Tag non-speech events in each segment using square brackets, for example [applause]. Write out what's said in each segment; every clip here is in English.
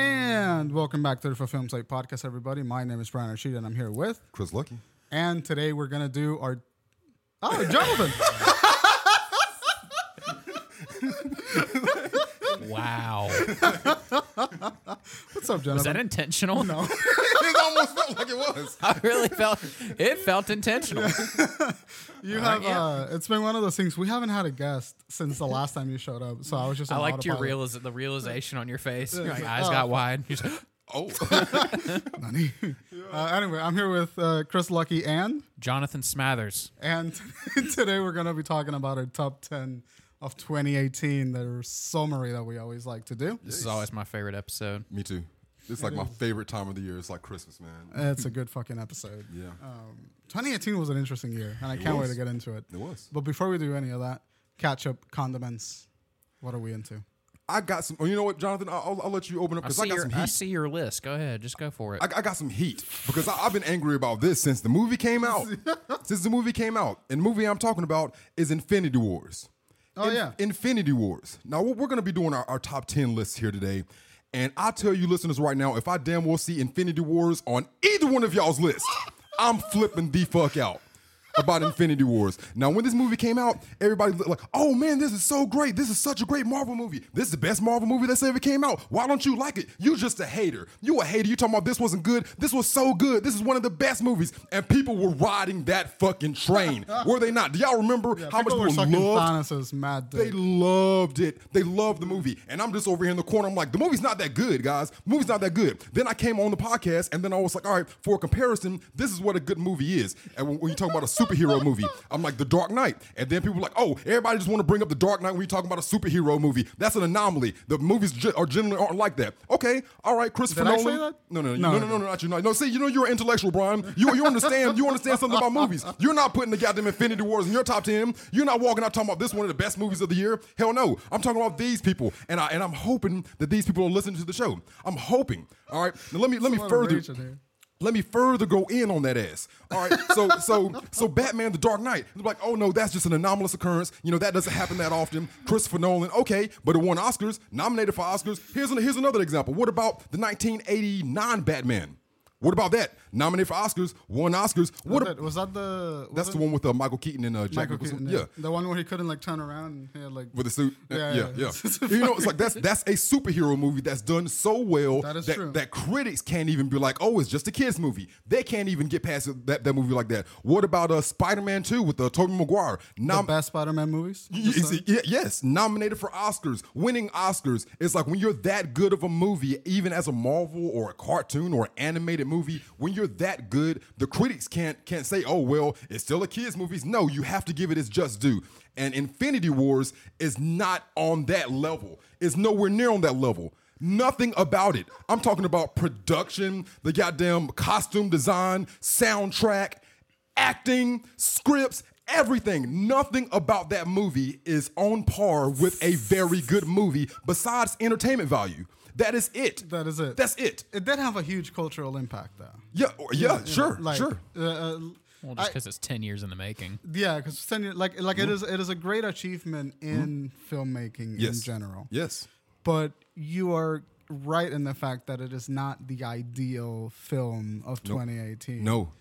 And welcome back to the For Film Site podcast, everybody. My name is Brian Rashid, and I'm here with. Chris Lucky. And today we're gonna do our. Oh, [laughs] Jonathan! [laughs] Wow. What's up, Jonathan? Was that intentional? No. it almost felt like it was. [laughs] I really felt it felt intentional. You have. Uh, it's been one of those things. We haven't had a guest since the last time you showed up, so I was just. I on liked your autopilot. realiz- the realization on your face. Your it's like, eyes oh. got wide. You're just, [laughs] [gasps] Oh, Nani. [laughs] uh, anyway, I'm here with uh, Chris Lucky and Jonathan Smathers. and [laughs] today we're gonna be talking about our top ten of 2018. Their summary that we always like to do. This is always my favorite episode. [laughs] me too. It's like my favorite time of the year. It's like Christmas, man. It's a good fucking episode. Yeah, 2018 was an interesting year, and I can't wait to get into it. it was. But before we do any of that, catch up condiments. What are we into? I got some. Oh, you know what, Jonathan? I'll, I'll- I'll let you open up I because see I, got your some I heat. see your list. Go ahead, just go for it. I, I got some heat because I, I've been angry about this since the movie came [laughs] out. since the movie came out, and the movie I'm talking about is Infinity Wars. Oh, yeah. Infinity Wars. Now we're going to be doing our, our top ten lists here today, and I tell you, listeners, right now, if I damn well see Infinity Wars on either one of y'all's list, I'm flipping the fuck out. About Infinity Wars. Now, when this movie came out, everybody looked like, "Oh man, this is so great! This is such a great Marvel movie! This is the best Marvel movie that's ever came out! Why don't you like it? You just a hater! You a hater! You talking about this wasn't good? This was so good! This is one of the best movies!" And people were riding that fucking [laughs] train, were they not? Do y'all remember how much People people were sucking loved Thanos' mad they dick. loved it. They loved the movie. And I'm just over here in the corner. I'm like, the movie's not that good, guys. The movie's not that good. Then I came on the podcast and then I was like, all right, for a comparison, this is what a good movie is. And when, when you talk about a superhero movie, I'm like, The Dark Knight. And then people were like, oh, everybody just want to bring up The Dark Knight when you're talking about a superhero movie. That's an anomaly. The movies ge- are generally aren't like that. Okay, all right, Christopher Did I say Nolan. that? No, no, no, No, no, no, no, no, no, not you. Not. No, see, you know you're an intellectual, Brian. You, you understand. You understand something about movies. You're not putting the goddamn Infinity Wars in your top ten. You're not walking out talking about this one of the best movies of the year. Hell no. I'm talking about these people, and I and I'm hoping that these people are listening to the show. I'm hoping. All right. Now let me let me lot of further rage in here. let me further go in on that ass. All right, so so so Batman: The Dark Knight. They're like, oh no, that's just an anomalous occurrence. You know that doesn't happen that often. Christopher Nolan, okay, but it won Oscars, nominated for Oscars. Here's an, here's another example. What about the 1989 Batman? What about that? Nominated for Oscars, won Oscars. What? was, that, was that the? was that's it the one with uh, Michael Keaton and uh, Jack Michael Nicholson. Keaton, yeah. the one where he couldn't like turn around. And he had like With the suit, Yeah, yeah, yeah. yeah, [laughs] It's you know, it's like that's that's a superhero movie that's done so well That is that, true. that critics can't even be like, oh, it's just a kids movie. They can't even get past it- that, that movie like that. What about uh, Spider-Man Two with uh, Tobey Maguire? the Nom- best Spider-Man movies. [laughs] Y- y- y- yes, nominated for Oscars, winning Oscars. It's like when you're that good of a movie, even as a Marvel or a cartoon or an animated movie, when you're that good, the critics can't can't say, "Oh well, it's still a kids' movies." No, you have to give it its just due. And Infinity Wars is not on that level. It's nowhere near on that level. Nothing about it. I'm talking about production, the goddamn costume design, soundtrack acting, scripts, everything. Nothing about that movie is on par with a very good movie besides entertainment value. That is it. That is it. That's it. it did have a huge cultural impact, though. Yeah, or- yeah, You sure, know, like, sure. Uh, uh, well, just because it's ten years in the making. yeah, because like like Mm-hmm. it is it is a great achievement in filmmaking in general. Yes. but you are right in the fact that it is not the ideal film of 2018. No.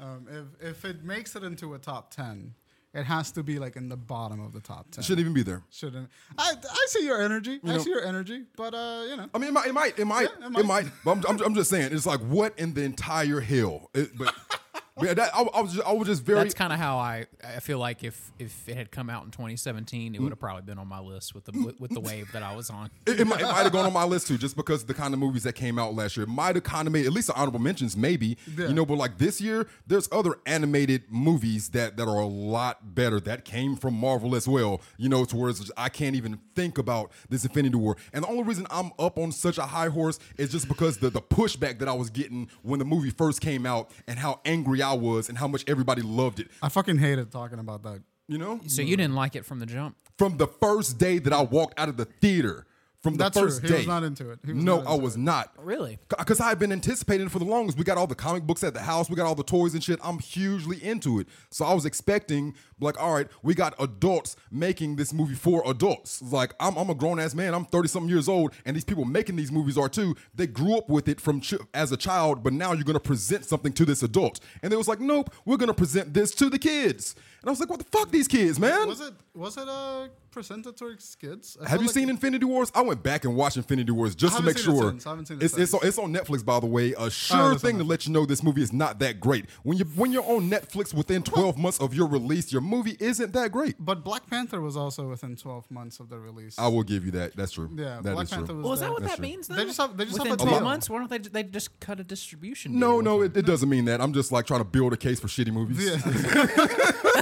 Um, if, if it makes it into a top 10, it has to be like in the bottom of the top 10. Shouldn't even be there. Shouldn't. I, I see your energy. I know- see your energy, but uh, you know. I mean, it might, it might, it might, Yeah, it it might. might. But I'm, I'm, I'm just saying, it's like what in the entire hell? It- but [laughs] yeah, that, I, I was, just, I was just very. That's kind of how I. I feel like if if it had come out in 2017, Mm. it would have probably been on my list with the with the wave that I was [laughs] on. It, it might, it might have gone on my list too, just because of the kind of movies that came out last year. It might have kind of made at least the honorable mentions, maybe. You know, but like this year, there's other animated movies that that are a lot better that came from Marvel as well. You know, to where it's just, I can't even think about this Infinity War. And the only reason I'm up on such a high horse is just because the the pushback that I was getting when the movie first came out and how angry I was and how much everybody loved it. I fucking hated talking about that. You know, So you didn't like it from the jump. from the first day that I walked out of the theater. from the That's true. first He day. was not into it. He was no, not I into was not. Really? Because I had been anticipating it for the longest. We got all the comic books at the house. We got all the toys and shit. I'm hugely into it. So I was expecting, like, all right, we got adults making this movie for adults. Like, I'm, I'm a grown ass man. I'm 30 something years old. And these people making these movies are too. They grew up with it from ch- as a child, but now you're going to present something to this adult. And they was like, nope, we're going to present this to the kids. And I was like, what the fuck, these kids, man? Was it was it uh, presented towards kids? I Have feel you like- seen Infinity Wars? I haven't seen it since. I went back and watched Infinity Wars just to haven't make seen it sure. since. I haven't seen it it's, it's, on, since. it's on Netflix, by the way. A it's sure on thing to let you know this movie is not that great. When you when you're on Netflix within 12 months of your release, your movie isn't that great. But Black Panther was also within 12 months of the release. I will give you that. That's true. yeah, Oh, that Black is Panther true. was. Well, is that there. what That's that true. means? Then? They just have- they just Within have a twelve deal. months. Why don't they they just cut a distribution? Deal No, with no, it? it, it doesn't mean that. I'm just like trying to build a case for shitty movies. [laughs] [laughs]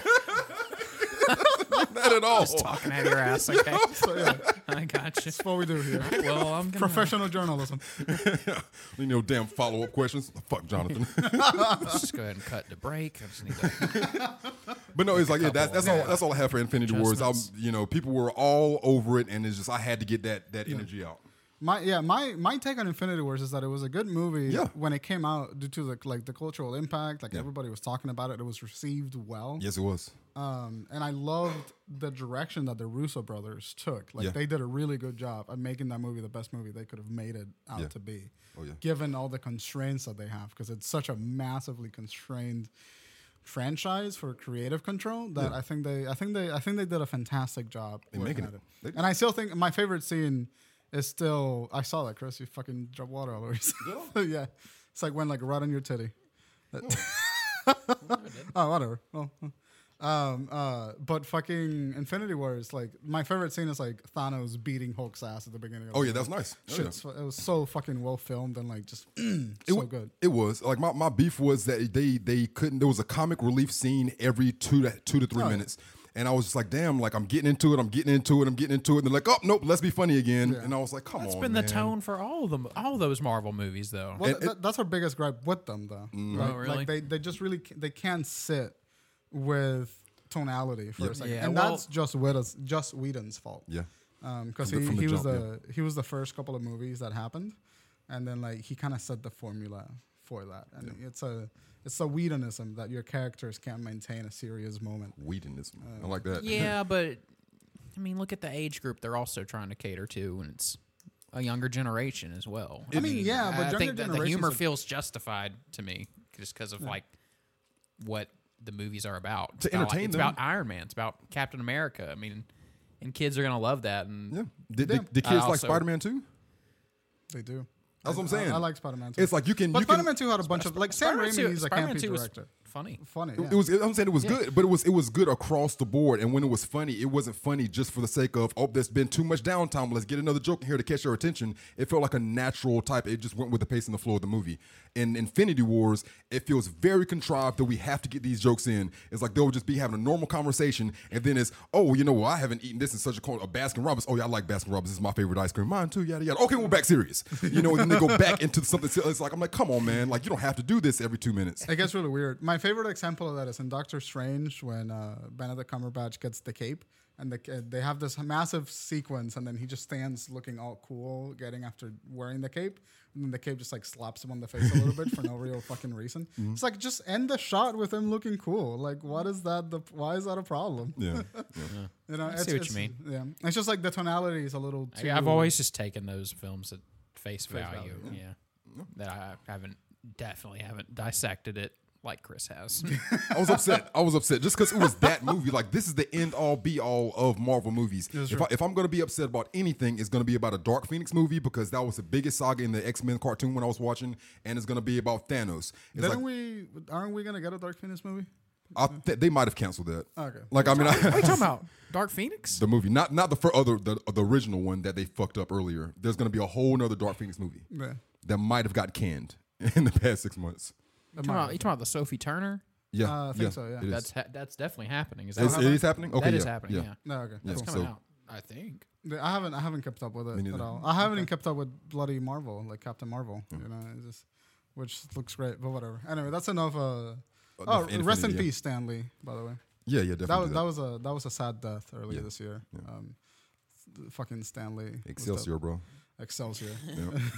not at all. talking out of your ass. Okay, So, Oh. [laughs] yeah, I got you. that's what we do [laughs] here. Well, I'm gonna [laughs] Professional journalism. You know, damn follow up questions. Fuck Jonathan. just go ahead and cut the break. I just need [laughs] to But no, it's like yeah, that's that's all that's all I have for Infinity Wars. I'm Adjustments. you know, people were all over it and it's just I had to get that that energy out. My yeah, my my take on Infinity Wars is that it was a good movie Yeah. when it came out due to the like the cultural impact. Like everybody was talking about it. It was received well. Yes, it was. Um, and I loved the direction that the Russo brothers took. Like Yeah. they did a really good job at making that movie the best movie they could have made it out to be. Oh, yeah. Given all the constraints that they have, because it's such a massively constrained franchise for creative control that I think they I think they I think they did a fantastic job making making it. at They it. And I still think my favorite scene is still I saw that Chris, you fucking dropped water all over yourself. [laughs] yeah. It's like when like right on your titty. Oh, whatever. Well, um, uh, but fucking Infinity Wars, like my favorite scene is like Thanos beating Hulk's ass at the beginning. Of Oh the yeah, that's nice. Oh, shit. yeah. It's fu- It was so fucking well filmed and like just [clears throat] It so wa- good. It was like my, my beef was that they they couldn't. There was a comic relief scene every two to two to three minutes, and I was just like, damn, like I'm getting into it, I'm getting into it, I'm getting into it. And they're like, oh nope, let's be funny again. And I was like, come That's on, been man. the tone for all of them, all those Marvel movies, though. Well, th- that's our biggest gripe with them, though. Mm-hmm. right? Oh, really? Like they, they just really ca- they can't sit with tonality for a second, Yeah, and well- that's just Whedon's just Whedon's fault. Yeah, because From the- Um, he, from the he was jump, yeah. the he was the first couple of movies that happened, and then like he kind of set the formula for that, and it's a it's a Whedonism that your characters can't maintain a serious moment. Whedonism. I like that. yeah, but I mean, look at the age group they're also trying to cater to, and it's a younger generation as well. I mean, yeah, but I younger think that the generations humor are- feels justified to me just because of like what the movies are about. It's To about, like, entertain it's them. about Iron Man. It's about Captain America. I mean, and kids are gonna love that. [laughs] And yeah. Did, did, did I kids like also- Spider Man too? They do. That's what I'm I- saying. I, like Spider Man. It's like you can. but you can- Spider Man Two had a bunch of like Sam Spider-Man Raimi 2 is a Spider-Man campy 2 was director. funny. Funny. It was. I'm saying it was good, but it was it was good across the board. And when it was funny, it wasn't funny just for the sake of oh, there's been too much downtime. Let's get another joke in here to catch your attention. It felt like a natural type. It just went with the pace and the flow of the movie. In Infinity Wars, it feels very contrived that we have to get these jokes in. It's like they'll just be having a normal conversation, and then it's oh, you know, well, I haven't eaten this in such a corner. A Baskin Robbins. Oh yeah, I like Baskin Robbins. This is my favorite ice cream. Mine too. Yada yada. Okay, we're back serious. You know, and then they go back into something. se- It's like I'm like, come on, man. Like you don't have to do this every two minutes. It gets really weird. My favorite example of that is in Doctor Strange when uh, Benedict Cumberbatch gets the cape, and the, uh, they have this massive sequence, and then he just stands looking all cool, getting after wearing the cape, and then the cape just like slaps him on the face a little bit for no real fucking reason. [laughs] Mm-hmm. It's like just end the shot with him looking cool. Like, what is that? The why is that a problem? Yeah. You know, see it's- what you it's- Yeah, it's just like the tonality is a little. Too, Yeah, I've always just taken those films at face, value. yeah. That I haven't definitely haven't dissected it like Chris has. I was upset. I was upset just because it was that movie. Like this is the end all be all of Marvel movies. If, I, if I'm gonna be upset about anything, it's gonna be about a Dark Phoenix movie because that was the biggest saga in the X Men cartoon when I was watching, and it's gonna be about Thanos. It's Didn't like we? Aren't we gonna get a Dark Phoenix movie? I th- they might have canceled that. Okay. Like I mean, [laughs] what are you I, [laughs] talking about? Dark Phoenix? the movie, not not the fir- other the, the original one that they fucked up earlier. There's gonna be a whole nother Dark Phoenix movie Yeah. that might have got canned [laughs] in the past six months. You talking about, you talking about the Sophie Turner? Yeah, Uh, I think so, yeah. it is. That's ha- that's definitely happening. Is that It's- how- it is happening. Okay, that is yeah, happening? Yeah, No. Okay. it's cool. coming so- out. [laughs] I think. The- I haven't I haven't kept up with it at neither. all. I haven't even kept up with bloody Marvel, like Captain Marvel. You know, it's just, which looks great, but whatever. Anyway, that's enough. Uh, oh, Infinity, rest in yeah. peace, Stanley. By the way, Yeah, yeah, definitely. that was do that was a that was a sad death earlier this year. Um, fucking Stanley. was the- Excelsior, bro. Excelsior.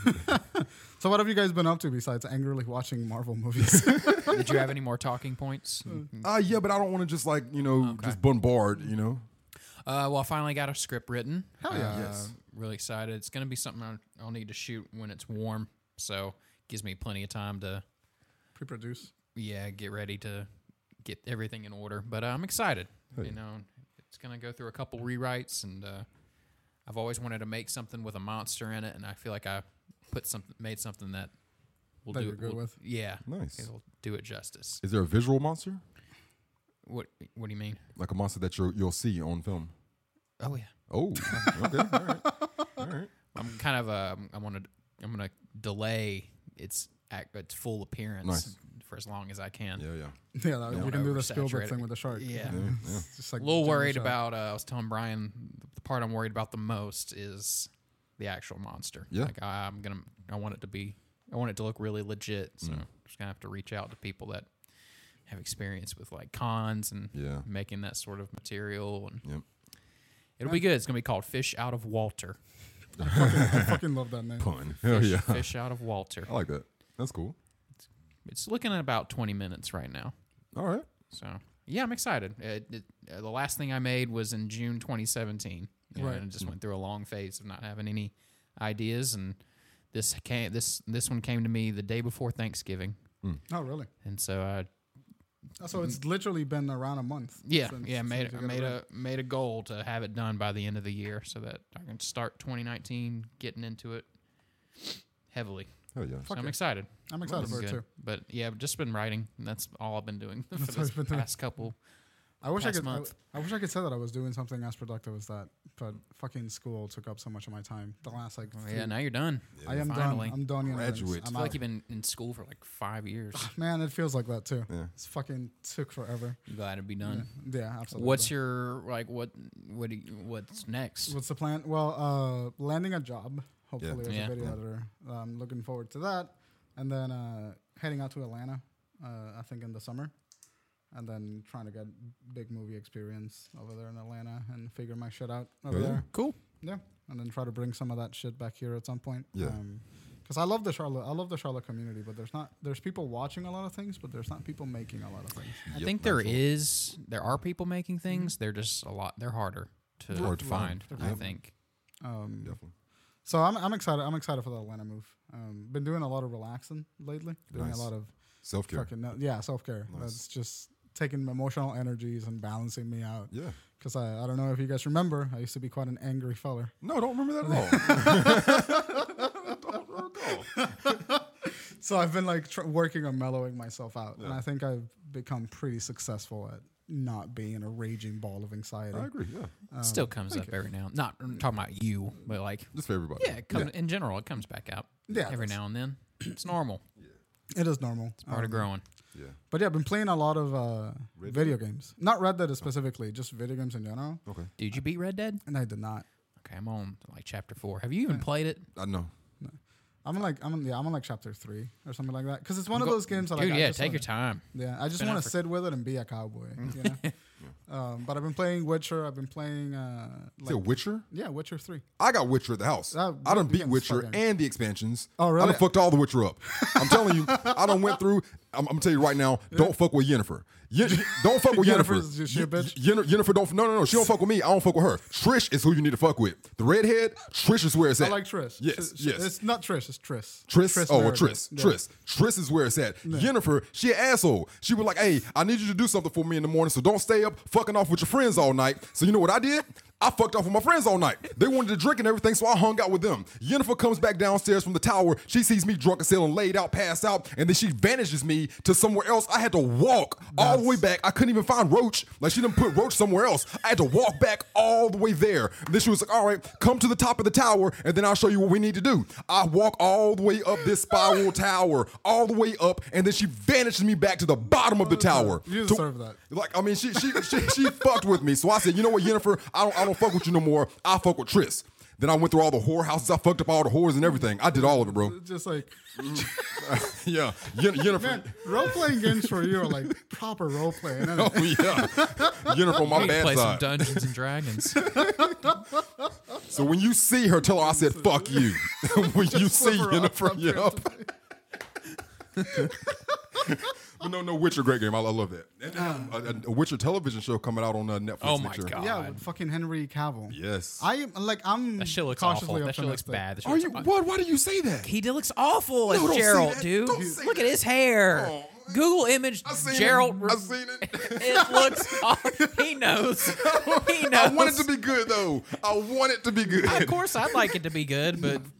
[laughs] so what have you guys been up to besides angrily watching Marvel [laughs] movies? Did you have any more talking points? Hmm. Mm-hmm. Uh, yeah, but I don't want to just like you know just bombard. You know, Uh, well, I finally got a script written. Hell yeah. Uh, Yes. Really excited. It's going to be something I'll, I'll need to shoot when it's warm. So gives me plenty of time to, Pre-produce. yeah, get ready to get everything in order. But uh, I'm excited. You know, it's going to go through a couple rewrites. And uh, I've always wanted to make something with a monster in it. And I feel like I put something, made something that will That do you're it. good will- with? [laughs] Yeah. Nice. It'll do it justice. is there a visual monster What, what do you mean? like a monster that you you'll see on film? Oh, yeah. Oh, okay, all right, all right. [laughs] I'm kind of a. I want to. I'm gonna delay its act, its full appearance Nice. for as long as I can. Yeah, yeah. Yeah, that, you wanna can do the oversaturate Spielberg it. thing with the shark. [laughs] Yeah. It's just like A little Jimmy worried Shark. about. Uh, I was telling Brian the part I'm worried about the most is the actual monster. Yeah. Like I, I'm gonna. I want it to be. I want it to look really legit. Mm. So I'm just gonna have to reach out to people that have experience with like cons and Yeah. making that sort of material and. Yep. It'll be good. It's gonna be called Fish Out of Walter. [laughs] I fucking love that name. Pun. [laughs] Hell Fish, Oh, yeah. Oh. Fish Out of Walter. I like that. That's cool. It's looking at about 20 minutes right now. All right. So yeah, I'm excited. It, it, uh, the last thing I made was in June 2017, you know, Right. and I just went through a long phase of not having any ideas, and this came this this one came to me the day before Thanksgiving, Oh, really? and so I So it's literally been around a month. Mm-hmm. yeah since- yeah made since you I got it made written. a made a goal to have it done by the end of the year so that I can start 2019 getting into it heavily. Hell yeah. So I'm excited. I'm excited This is for it good. too. But yeah, I've just been writing, and that's all I've been doing [laughs] for all the you've been doing. past couple. I wish I past could. I, month. I wish I could say that I was doing something as productive as that, but fucking school took up so much of my time. The last like, Oh, three- yeah, now you're done. I am Finally. done. I'm done. you know, it's- Graduate. I'm I feel like out. you've been in school for like five years. Man, it feels like that too. Yeah. It's fucking took forever. I'm glad to be done. Yeah, absolutely. What's your like? What what do you, what's next? What's the plan? Well, uh, landing a job, hopefully as Yeah. a video Yeah. editor. I'm looking forward to that, and then uh, heading out to Atlanta, uh, I think in the summer, and then trying to get big movie experience over there in Atlanta and figure my shit out over Yeah. there. Cool. Yeah, and then try to bring some of that shit back here at some point. Yeah. because I love the Charlotte, I love the Charlotte community, but there's not there's people watching a lot of things, but there's not people making a lot of things. I think there is there are people making things. They're just a lot. They're harder to, Hard to to find. find. I Yep. think. Um, Definitely. So I'm, I'm excited. I'm excited for the Atlanta move. Um, been doing a lot of relaxing lately. Doing Nice. a lot of Self care. fucking no- yeah self care. Nice. That's just taking my emotional energies and balancing me out. Yeah. Because I, I don't know if you guys remember, I used to be quite an angry feller. No, don't remember that at [laughs] all. So I've been like tr- working on mellowing myself out, and I think I've become pretty successful at not being a raging ball of anxiety. I agree. Yeah. It Still comes up every now. Not I'm talking about you, but like Just for everybody. yeah, it comes, in general, it comes back out. Yeah, every that's- now and then, it's normal. It is normal. Um, Part of growing. Yeah. But yeah, I've been playing a lot of uh, video games. Not Red Dead specifically, just video games in general. Okay. Did you beat Red Dead? And I did not. Okay, I'm on like chapter four. Have you even played it? I know. I'm in like I'm in, yeah I'm on like chapter three or something like that because it's one of Go- those games that Dude, like, I yeah, just take wanna, your time. yeah I just Been Mm. out want to for- sit with it and be a cowboy you know? [laughs] um, but I've been playing Witcher I've been playing uh, Is it like, Witcher? yeah Witcher three I got Witcher at the house. That- I done that beat game's Witcher fucking- and the expansions. Oh, really? I done fucked all the Witcher up. I'm telling you, I done went through. I'm, I'm gonna tell you right now. Don't fuck with Yennefer. Ye- don't fuck with Yennefer. Yennefer's just your bitch? Ye- Yenne- Yennefer don't. No, no, no. She don't fuck with me. I don't fuck with her. Trish is who you need to fuck with. The redhead. Trish is where it's at. I like Triss Yes, Tr- Tr- yes. it's not Triss it's Triss Triss. oh, well, Merrick. Triss. Yeah. Triss. Triss is where it's at. Jennifer, she an asshole. She was like, hey, I need you to do something for me in the morning, so don't stay up fucking off with your friends all night. So you know what I did? I fucked off with my friends all night. They wanted to drink and everything, so I hung out with them. Jennifer comes back downstairs from the tower. She sees me drunk as hell and laid out, passed out, and then she vanishes me to somewhere else. I had to walk all the way back. I couldn't even find Roach. Like she didn't put Roach somewhere else. I had to walk back all the way there. And then she was like, all right, come to the top of the tower, and then I'll show you what we need to do. I walk all the way up this spiral tower, all the way up, and then she vanishes me back to the bottom of the tower. you To- deserve that. Like, I mean, she she she, she fucked with me. So I said, you know what, Jennifer, I don't I don't fuck with you no more. I fuck with Tris. Then I went through all the whorehouses. I fucked up all the whores and everything. I did all of it, bro. [laughs] Just like yeah, Yen- Yennefer. man, role playing games for you are like proper role playing. isn't Oh it? [laughs] yeah, Yennefer, We my need to play bad side. some Dungeons and Dragons. So when you see her, tell her I said fuck you. [laughs] when you see flip her up, Yennefer, up here yeah. But [laughs] no, no, Witcher, great game. I, I love that. [clears throat] And, and, um, a, a Witcher television show coming out on uh, Netflix. Uh, Oh my next year. God. Yeah, with fucking Henry Cavill. Yes. I am like I'm That shit looks awful. cautiously That shit looks optimistic. bad. That shit Are looks you what? Why do you say that? He d- looks awful as No, don't say Gerald, that. dude. Don't say Look that. at his hair. Oh, man. Google image I seen Gerald. It. I seen [laughs] it. it looks. Awful. [laughs] He knows. He knows. I want it to be good though. I want it to be good. Of course, I'd like it to be good, but It's-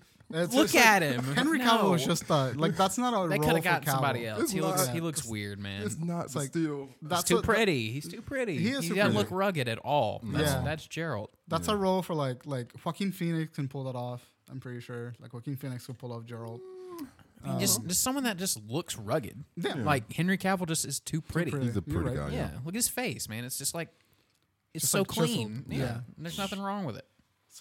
look it's like at him. Henry no. Cavill is just uh, like that's not a They role could for have gotten Cavill. somebody else. It's he looks. not- He looks weird, man. [laughs] It's not it's like- still. That's He's too what- pretty. He's too pretty. He He is too doesn't pretty. look rugged at all. That's, Yeah. that's Gerald. That's a role for like like Joaquin Phoenix can pull that off. I'm pretty sure like Joaquin Phoenix could pull off Gerald. I mean, Uh-huh. just just someone that just looks rugged. Yeah. Yeah. Like Henry Cavill just is too pretty. pretty. He's a You're pretty right. guy. Yeah, look at his face, man. It's just like it's Just so like chiseled. clean. Yeah. Yeah. there's nothing wrong with it.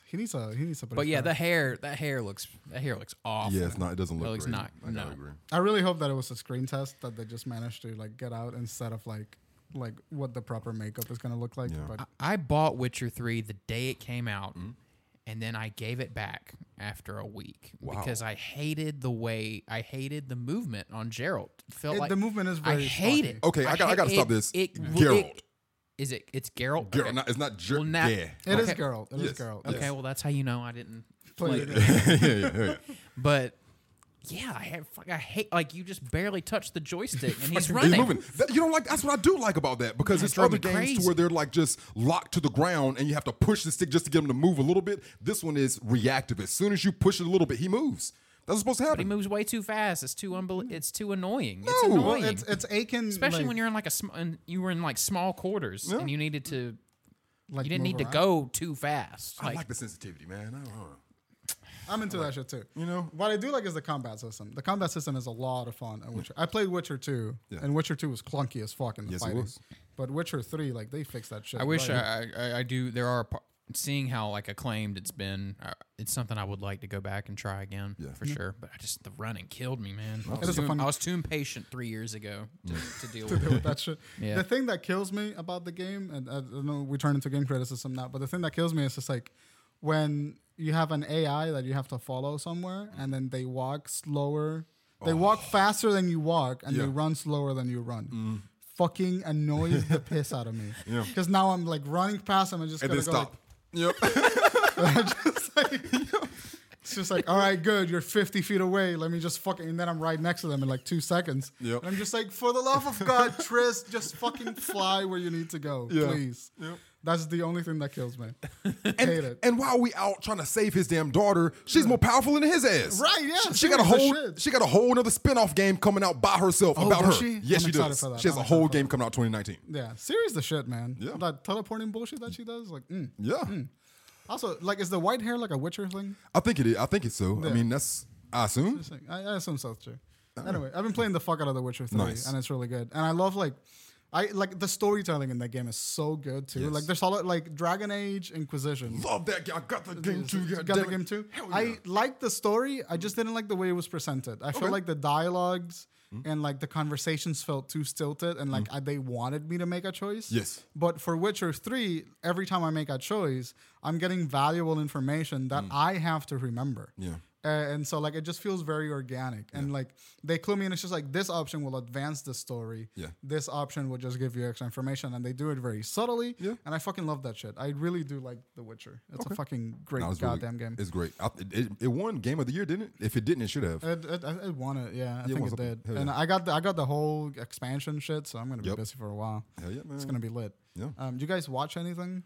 He needs a he needs a. But yeah, the hair that hair looks that hair looks awful. Yeah, it's not. It doesn't look. It looks great. not- I gotta no. agree. I really hope that it was a screen test that they just managed to like get out instead of like like what the proper makeup is gonna look like. Yeah. But I bought Witcher three the day it came out, Mm-hmm. and then I gave it back after a week because I hated the way I hated the movement on Gerald. It felt It- like the movement is very I hate shocking. it. Okay, I got- I hate- gotta stop it- this. It, it, Geralt. is it? It's Geralt. Gerald, Okay. not, it's not Gerald. Well, now- [laughs] yeah. [laughs] it is Okay. Gerald. It is Yes. Gerald. Okay. Yes. okay, well that's how you know I didn't Play play it. [laughs] it. yeah, yeah, yeah. But yeah, I have, fuck, I hate like you just barely touch [laughs] the joystick and he's running. He's moving. That- you don't like. That's what I do like about that because Yeah, it's it drove other me games to crazy. where they're like just locked to the ground and you have to push the stick just to get him to move a little bit. This one is reactive. As soon as you push it a little bit, he moves. That's what's supposed to But he happen. moves way too fast. It's too unbel- It's too annoying. It's Mm. No. annoying, Well, it's it's Aiken, especially like, when you're in like a sm- and you were in like small quarters and you needed to. like, you didn't move need to around. go too fast. I Like, like the sensitivity, man. I don't know. I'm into that shit too. You know? what I do like is the combat system. The combat system is a lot of fun. And Witcher, I played Witcher two, Yeah. and Witcher two was clunky as fuck in the Yes, it fighting. was. But Witcher three, like they fixed that shit. I wish right. I, I I do. There are par- seeing how like acclaimed it's been. Uh, it's something I would like to go back and try again Yeah. for sure. But I just the running killed me, man. I It was, is a too, fun- I was too impatient three years ago to, to [laughs] deal [laughs] with. deal it. with that shit. Yeah. The thing that kills me about the game, and I don't know we turn into game criticism now, but the thing that kills me is just like when you have an AI that you have to follow somewhere, and then they walk slower, they walk faster than you walk, and they Oh. Yeah. Mm. run slower than you run. Fucking annoys the piss out of [laughs] me. Because now I'm like running past them and just And gotta then go. stop. Yep. [laughs] It's just like, all right, good. You're 50 feet away. Let me just fucking. And then I'm right next to them in like two seconds. Yep. And I'm just like, for the love of God, Tris, just fucking fly where you need to go, Yeah. please. That's the only thing that kills me. Hate it. and while we out trying to save his damn daughter, she's more powerful than his ass. Right, yeah, She, she got serious a as whole. shit. She got a whole another spinoff game coming out by herself about her. Oh, does she? Yes, I'm she excited does. for that. She has I'm a whole excited for game coming out 2019. yeah, serious the shit, man. Yeah. That teleporting bullshit that she does, like, mm. Yeah. also, like, is the white hair like a Witcher thing? I think it is. I think it's so. I Yeah. mean, that's. I assume. Just like- I, I assume so too. Anyway, I've been playing the fuck out of The Witcher Three, Uh-huh. Nice. and it's really good. And I love like, I like the storytelling in that game is so good too. Like there's all like Dragon Age Inquisition. Love that game. I got the game too. You God got the damn it. game too. Hell yeah. I liked the story. I just didn't like the way it was presented. I feel like the dialogues Hmm? and like the conversations felt too stilted, and like I, they wanted me to make a choice. Yes. But for Witcher Three, every time I make a choice, I'm getting valuable information that I have to remember. Hmm. Yeah. Uh, and so like it just feels very organic and like they clue me in it's just like this option will advance the story Yeah. this option will just give you extra information and they do it very subtly Yeah. and i fucking love that shit i really do like the witcher it's a fucking great Nah, it's really- goddamn game It's great. I, it, it, it won game of the year, didn't it? If it didn't, it should have. it, it, it won it yeah i it think won it something. did Hell and i got the, i got the whole expansion shit so i'm gonna Yep. be busy for a while Hell yeah, man. it's gonna be lit Yeah. um do you guys watch anything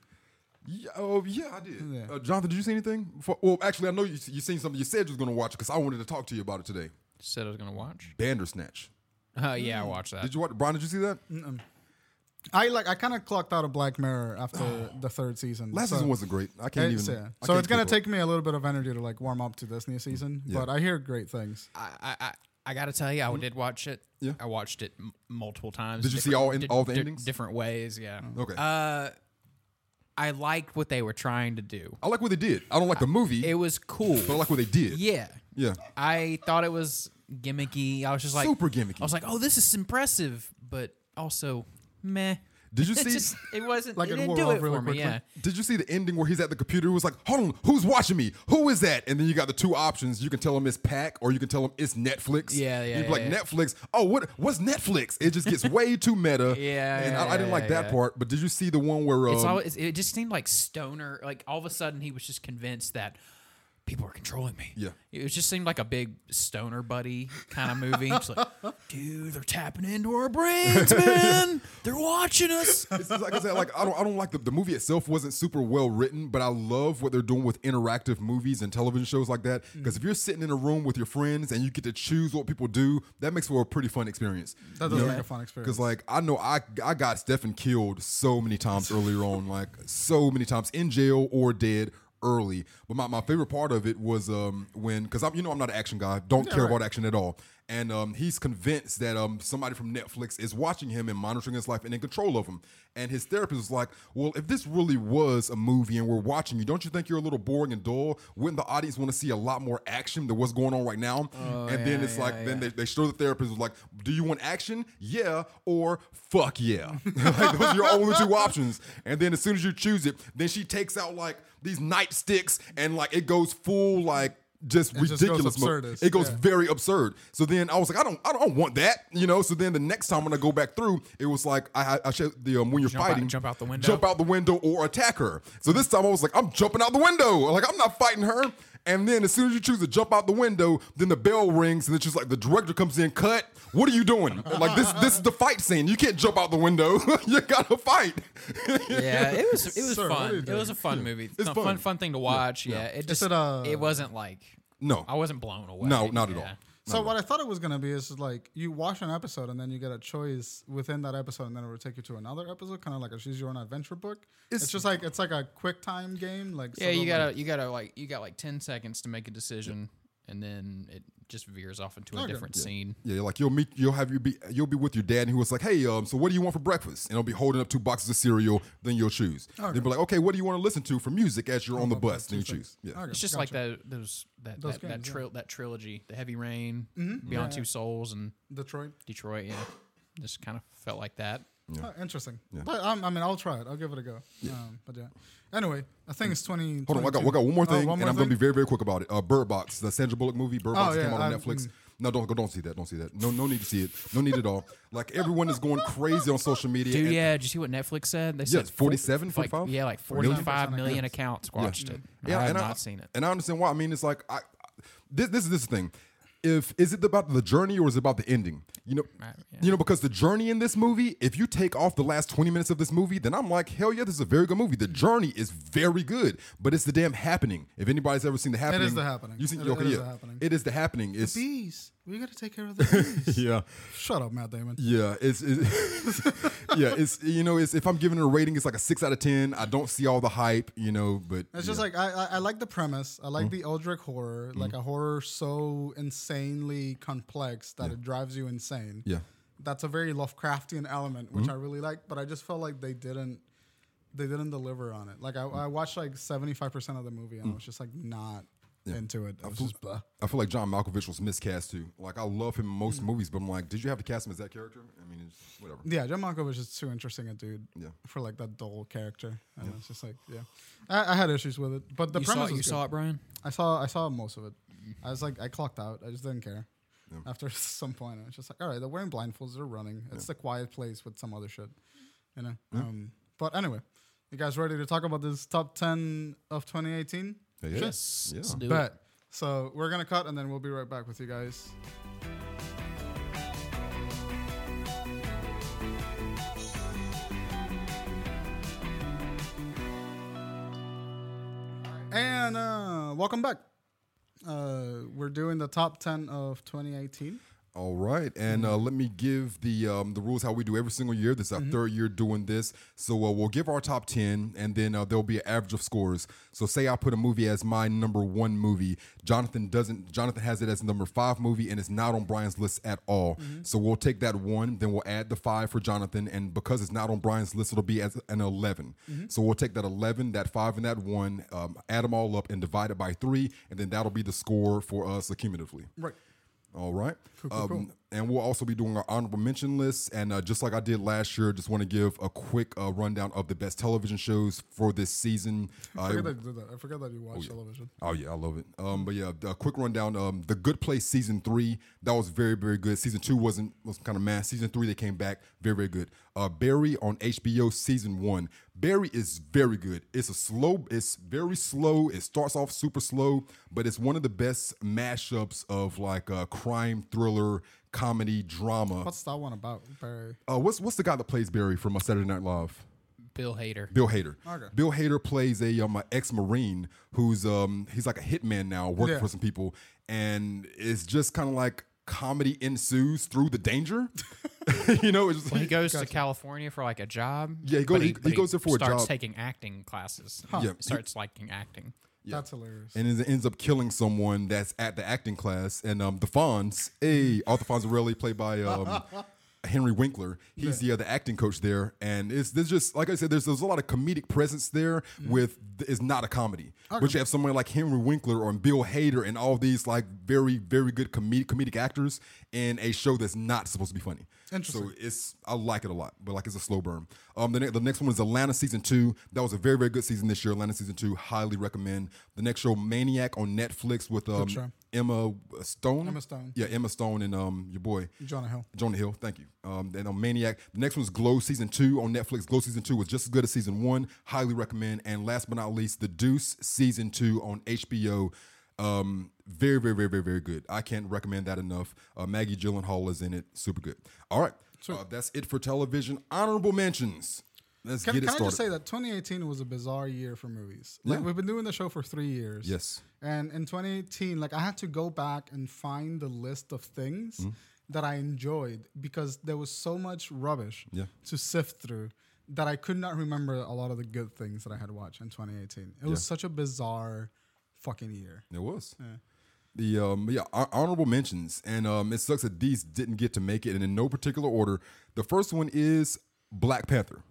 Yeah, oh yeah, I did. Yeah. Uh, Jonathan, did you see anything? Before? Well, actually, I know you you seen something you said you was gonna watch because I wanted to talk to you about it today. Said I was gonna watch. Bandersnatch. Uh, yeah, I watched that. Mm. Did you watch? Brian, did you see that? Mm, i like i kind of clocked out of black mirror [sighs] after the third season Last so- season wasn't great. I can't It's, even. yeah. I So can't it's gonna keep up. take me a little bit of energy to like warm up to this new season, but I hear great things. I, I, I- I gotta tell you, I did watch it. Mm-hmm. Yeah. I watched it m- multiple times. Did you see different- all in- all the endings? Different ways, yeah. Okay. Uh, I liked what they were trying to do. I like what they did. I don't like the movie, It was cool. but I like what they did. Yeah. Yeah. I thought it was gimmicky. I was just like Super gimmicky. I was like, oh, this is impressive, but also meh. Did you [laughs] It see- just- it wasn't. Like it it didn't wore do off it really for me. quickly? Yeah. Did you see the ending where he's at the computer? It was like, hold on, who's watching me? Who is that? And then you got the two options. You can tell him it's Pack or you can tell him it's Netflix. Yeah, yeah, You'd be like, yeah, yeah. Netflix? Oh, what? what's Netflix? It just gets way too meta. [laughs] Yeah, And yeah, I, I didn't yeah, like that yeah. part. But did you see the one where. Um, It's always. It just seemed like stoner. Like all of a sudden, he was just convinced that people are controlling me. Yeah. It was- just seemed like a big stoner buddy kind of movie. [laughs] It's like, dude, they're tapping into our brains, [laughs] man. they're watching us. it's just like I said, like I don't, I don't like the, the movie itself wasn't super well written, but I love what they're doing with interactive movies and television shows like that. Mm. Because if you're sitting in a room with your friends and you get to choose what people do, that makes for a pretty fun experience. That does make a fun experience. Because like I know I I got Stefan killed so many times earlier on, like so many times in jail or dead early. But my, my favorite part of it was um when because I'm you know I'm not an action guy, don't care about action at all. And um, he's convinced that um, somebody from Netflix is watching him and monitoring his life and in control of him. And his therapist was like, "Well, if this really was a movie and we're watching you, don't you think you're a little boring and dull? Wouldn't the audience want to see a lot more action than what's going on right now?" and then yeah, it's like, yeah, then they, they show the therapist was like, "Do you want action? Yeah, or fuck yeah." [laughs] like those are your only two options. And then as soon as you choose it, then she takes out like these nightsticks and like it goes full like just just goes ridiculous. mo- absurdist, it goes yeah. very absurd. So then I was like, I don't, I don't want that, you know. So then the next time when I go back through, it was like I, I- I showed the um, when you're Jump out- fighting, jump out the window. jump out the window or attack her. So this time I was like, I'm jumping out the window. Like I'm not fighting her. And then as soon as you choose to jump out the window, then the bell rings and then she's like, the director comes in, cut. What are you doing? Like this, this is the fight scene. You can't jump out the window. [laughs] you gotta fight. Yeah, it was it was Sir, what are fun. you It was a fun movie. It's a fun. fun fun thing to watch. Yeah, it just it, uh, it wasn't like no, I wasn't blown away. no, not at Yeah. all. So what I thought it was gonna be is like you watch an episode and then you get a choice within that episode and then it would take you to another episode, kind of like a choose your own adventure book. It's, just like it's like a quick time game. Like Yeah, sort you of gotta like- you gotta like you got like ten seconds to make a decision, and then it just veers off into a Okay. different scene. Yeah, like you'll meet, you'll have you be, you'll be with your dad, and he was like, "Hey, um, so what do you want for breakfast?" And he'll be holding up two boxes of cereal. Then you'll choose. They'll be like, "Okay, what do you want to listen to for music as you're on the bus?" Then you choose. Yeah, Okay, It's just like that those that Those that, that, games, yeah. tril- that trilogy, the Heavy Rain, Beyond Two Souls, and Detroit. Detroit. Yeah, just kind of felt like that. Oh, interesting. But um, I mean, I'll try it. I'll give it a go. Um, but yeah. Anyway, I think it's twenty. Hold on, I got, I got Oh, one more thing, and I'm gonna be very, very quick about it. Uh, Bird Box, the Sandra Bullock movie, Bird Box yeah, came out on I- Netflix. mm. No, don't go, don't see that, don't see that. No, no need to see it, no need at all. Like everyone is going crazy on social media. Dude, and- yeah, did you see what Netflix said? They Yeah, said it's 47, like, 45? yeah, like Really? forty-five million accounts watched it. I have and not seen it. and I understand why. I mean, it's like I, I- this, this is this is the thing. If is it about the journey or is it about the ending? You know, yeah. you know, because the journey in this movie, if you take off the last twenty minutes of this movie, then I'm like, hell yeah, this is a very good movie. The journey is very good, but it's the damn happening. If anybody's ever seen the happening, The Happening. You seen, It- it okay, is yeah, The Happening. it is the happening. It's bees. We gotta take care of the bees. [laughs] yeah. [laughs] Shut up, Matt [laughs] Damon. Yeah, it's, it's [laughs] yeah, it's you know, it's if I'm giving it a rating, it's like a six out of ten. I don't see all the hype, you know, but It's just yeah. like I, I, I like the premise. I Mm-hmm. like the Eldrick horror, like a horror so insanely complex that it drives you insane. Yeah. that's a very Lovecraftian element, which Mm-hmm. I really like. But I just felt like they didn't they didn't deliver on it. Like I, Mm. I watched like seventy five percent of the movie and I was just like not into it. I was just blah. I feel like John Malkovich was miscast too. Like I love him in most movies, but I'm like, did you have to cast him as that character? I mean, it's whatever. Yeah, John Malkovich is too interesting a dude Yeah. for like that dull character. And it's just like yeah, I, I had issues with it. But the you saw premise it, you is good. saw it, Brian. I saw I saw most of it. I was like I clocked out. I just didn't care. After [laughs] some point, I was just like, all right, they're wearing blindfolds, they're running. It's the quiet place with some other shit, you know. Um, but anyway, you guys ready to talk about this top ten of 2018? Yeah. Yes, Yeah. let's do it. Bet. So we're gonna cut, and then we'll be right back with you guys. And uh, welcome back. Uh, we're doing the top ten of 2018. All right, and uh, let me give the um, the rules how we do every single year. This is our third year doing this, so uh, we'll give our top ten, and then uh, there'll be an average of scores. So, say I put a movie as my number one movie, Jonathan doesn't. Jonathan has it as number five movie, and it's not on Brian's list at all. So we'll take that one, then we'll add the five for Jonathan, and because it's not on Brian's list, it'll be as an 11 So we'll take that eleven, that five, and that one, um, add them all up, and divide it by three, and then that'll be the score for us accumulatively. Right. All right. um, And we'll also be doing our honorable mention lists. And uh, just like I did last year, just want to give a quick uh, rundown of the best television shows for this season. I Uh, forgot that you did that. I forgot that you watch television. Oh yeah, I love it. Um, but yeah, a quick rundown. Um, the Good Place season three that was very very good. Season two wasn't was kind of mad. Season three they came back very very good. Uh, Barry on HBO season one. Barry is very good. It's a slow. It's very slow. It starts off super slow, but it's one of the best mashups of like uh, crime thriller, comedy, drama. What's that one about, Barry? Uh, what's what's the guy that plays Barry from uh, Saturday Night Live? Bill Hader. Bill Hader. Okay. Bill Hader plays a um, a ex-marine who's um he's like a hitman now working Yeah. for some people, and it's just kind of like comedy ensues through the danger. [laughs] you know, it's just Well, he goes to California for like a job. Yeah, he go- but he- he but goes there for a starts job. taking acting classes. Yeah, Yeah, he- starts liking [laughs] acting. That's hilarious. and it ends up killing someone that's at the acting class. And um, the Fonz, hey, Arthur Fonzarelli, played by um, Henry Winkler, he's the other acting coach there. And it's there's just like I said, there's there's a lot of comedic presence there. With it's not a comedy, but you have someone like Henry Winkler or Bill Hader and all these like very very good comedic comedic actors in a show that's not supposed to be funny. Interesting. So it's I like it a lot, but like it's a slow burn. Um, the, ne- the next one is Atlanta season two. That was a very very good season this year. Atlanta season two, highly recommend. The next show Maniac on Netflix with show. um, Emma Stone. Emma Stone. Yeah, Emma Stone and um your boy Jonah Hill. Jonah Hill. Thank you. Um, then on Maniac. The next one's Glow season two on Netflix. Glow season two was just as good as season one. Highly recommend. And last but not least, The Deuce season two on HBO. Um, very very very very very good. I can't recommend that enough. Uh, Maggie Gyllenhaal is in it. Super good. All right. Uh, that's it for television. Honorable mentions. Let's Can, get it can I started. just say that 2018 was a bizarre year for movies? Like Yeah. we've been doing the show for three years. Yes. And in 2018, like I had to go back and find the list of things Mm. that I enjoyed because there was so much rubbish Yeah. to sift through that I could not remember a lot of the good things that I had watched in 2018. It was such a bizarre fucking [laughs] year. [laughs] It was. The um yeah hon- honorable mentions and um it sucks that these didn't get to make it and in no particular order. The first one is Black Panther.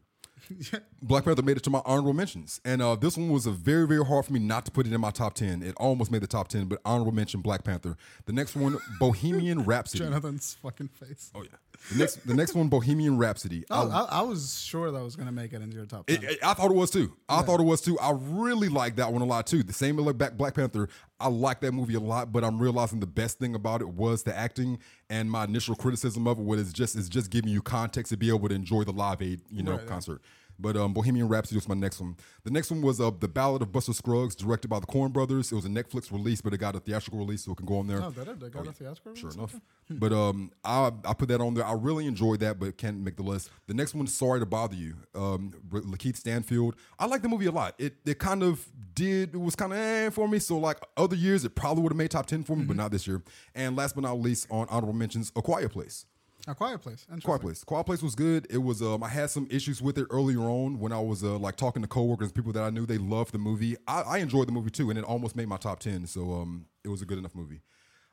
Black Panther made it to my honorable mentions, and uh, this one was a very very hard for me not to put it in my top ten. It almost made the top ten, but honorable mention Black Panther. The next one Bohemian [laughs] Rhapsody. Jonathan's fucking face. Oh yeah. The next the next one Bohemian Rhapsody. I Oh, I, I was sure that was gonna make it into your top. 10. It, it- I thought it was too. I thought it was too. I really like that one a lot too. The same with like Black Black Panther. I like that movie a lot, but I'm realizing the best thing about it was the acting and my initial criticism of it was just is just giving you context to be able to enjoy the live aid you know concert. But um, Bohemian Rhapsody was my next one. The next one was uh, the Ballad of Buster Scruggs, directed by the Coen Brothers. It was a Netflix release, but it got a theatrical release, so it can go on there. oh, did it? They got a theatrical. Sure release? enough. But um, I I put that on there. I really enjoyed that, but can't make the list. The next one, sorry to bother you. Um, R- Lakeith Stanfield. I like the movie a lot. It it kind of did. It was kind of eh for me. So like other years, it probably would have made top ten for me, but not this year. And last but not least, on honorable mentions, A Quiet Place. A Quiet Place. Interesting. Quiet Place. Quiet Place was good. It was. Um, I had some issues with it earlier on when I was uh, like talking to coworkers, people that I knew. They loved the movie. I, I enjoyed the movie too, and it almost made my top ten. So um, it was a good enough movie.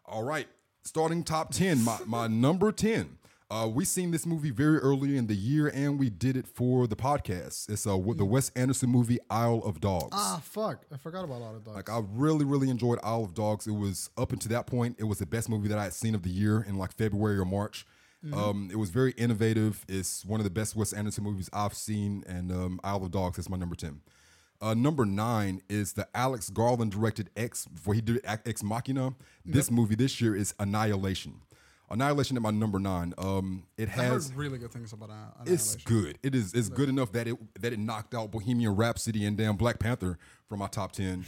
All right, starting top ten. My my number ten. Uh, we seen this movie very early in the year, and we did it for the podcast. It's uh, the Wes Anderson movie Isle of Dogs. Ah, fuck! I forgot about Auto Dog. Like I really, really enjoyed Isle of Dogs. It was up until that point, it was the best movie that I had seen of the year in like February or March. Mm-hmm. Um, it was very innovative. It's one of the best Wes Anderson movies I've seen, and um, Isle of Dogs is my number ten. Uh, number nine is the Alex Garland directed X, where he did Ex Machina. This movie this year is Annihilation. Annihilation at my number nine. Um, it I heard has really good things about Anni- it's Annihilation. good. It is. It's good enough that it that it knocked out Bohemian Rhapsody and damn Black Panther from my top ten.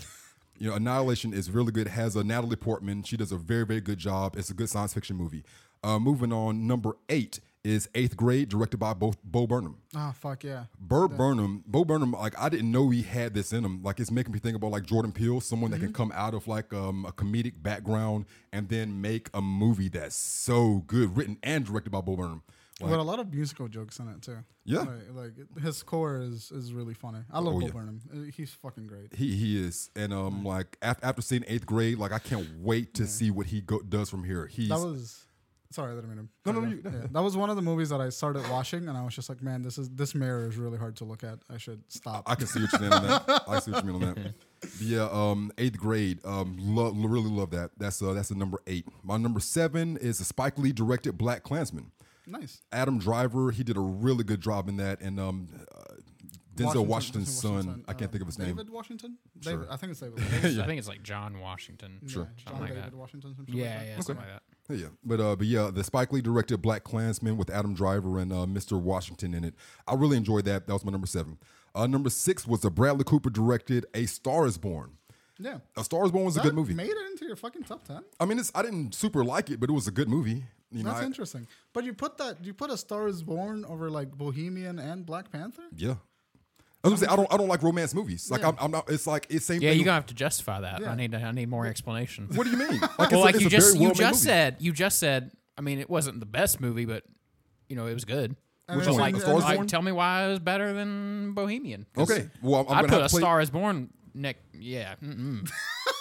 You know, Annihilation is really good. It has a Natalie Portman. She does a very very good job. It's a good science fiction movie. Uh, moving on, number eight is Eighth Grade, directed by both Bo Burnham. Oh fuck yeah. Bo Burnham, Bo Burnham, like I didn't know he had this in him. Like it's making me think about like Jordan Peele, someone that can come out of like um, a comedic background and then make a movie that's so good, written and directed by Bo Burnham. Like, With a lot of musical jokes in it too. Yeah. Like, like, it- his score is is really funny. I love Oh, Bo yeah. Burnham. Uh, He's fucking great. he he is, and Mm. um, like after after seeing Eighth Grade, like I can't wait to see what he go- does from here. He's That was sorry, I didn't mean to. No, cut no, you you- off. Yeah, That was one of the movies that I started watching, and I was just like, man, this is this mirror is really hard to look at. I should stop. I can see what you're saying on that. I see what you mean on [laughs] that. Yeah, um, eighth grade. Um, lo- really love that. That's uh, that's the number eight. My number seven is a Spike Lee directed Black Klansman. nice. Adam Driver, he did a really good job in that, and um, uh, Denzel Washington's son. I can't uh, think of his David name. Washington. David, I think it's [laughs] David. David I think it's like John Washington. sure. John Something like David that. Washington. Something like Yeah, that. yeah, something like that. Yeah, but uh, but yeah, the Spike Lee directed Black Klansman with Adam Driver and uh, Mr. Washington in it. I really enjoyed that. That was my number seven. Uh, number six was the Bradley Cooper directed A Star Is Born. Yeah. A Star Is Born was a That good movie. Made it into your fucking top ten. I mean, it's I didn't super like it, but it was a good movie. You know, That's I- interesting. But you put that you put a Star is Born over like Bohemian and Black Panther. yeah. I was gonna say I don't I don't like romance movies. Like Yeah. I'm, I'm not. It's like it's same. Yeah, thing. you're gonna have to justify that. Yeah. I need I need more explanation. What do you [laughs] mean? Like, well, like it's you very just you well-made just movie. said you just said. I mean, it wasn't the best movie, but you know, it was good. Which mean, one? like- a Star Is Like, Born. tell me why it was better than Bohemian. 'Cause Okay. Well, I'm, I'm I gonna put have a to play- Star Is Born. Nick, yeah, mm-mm.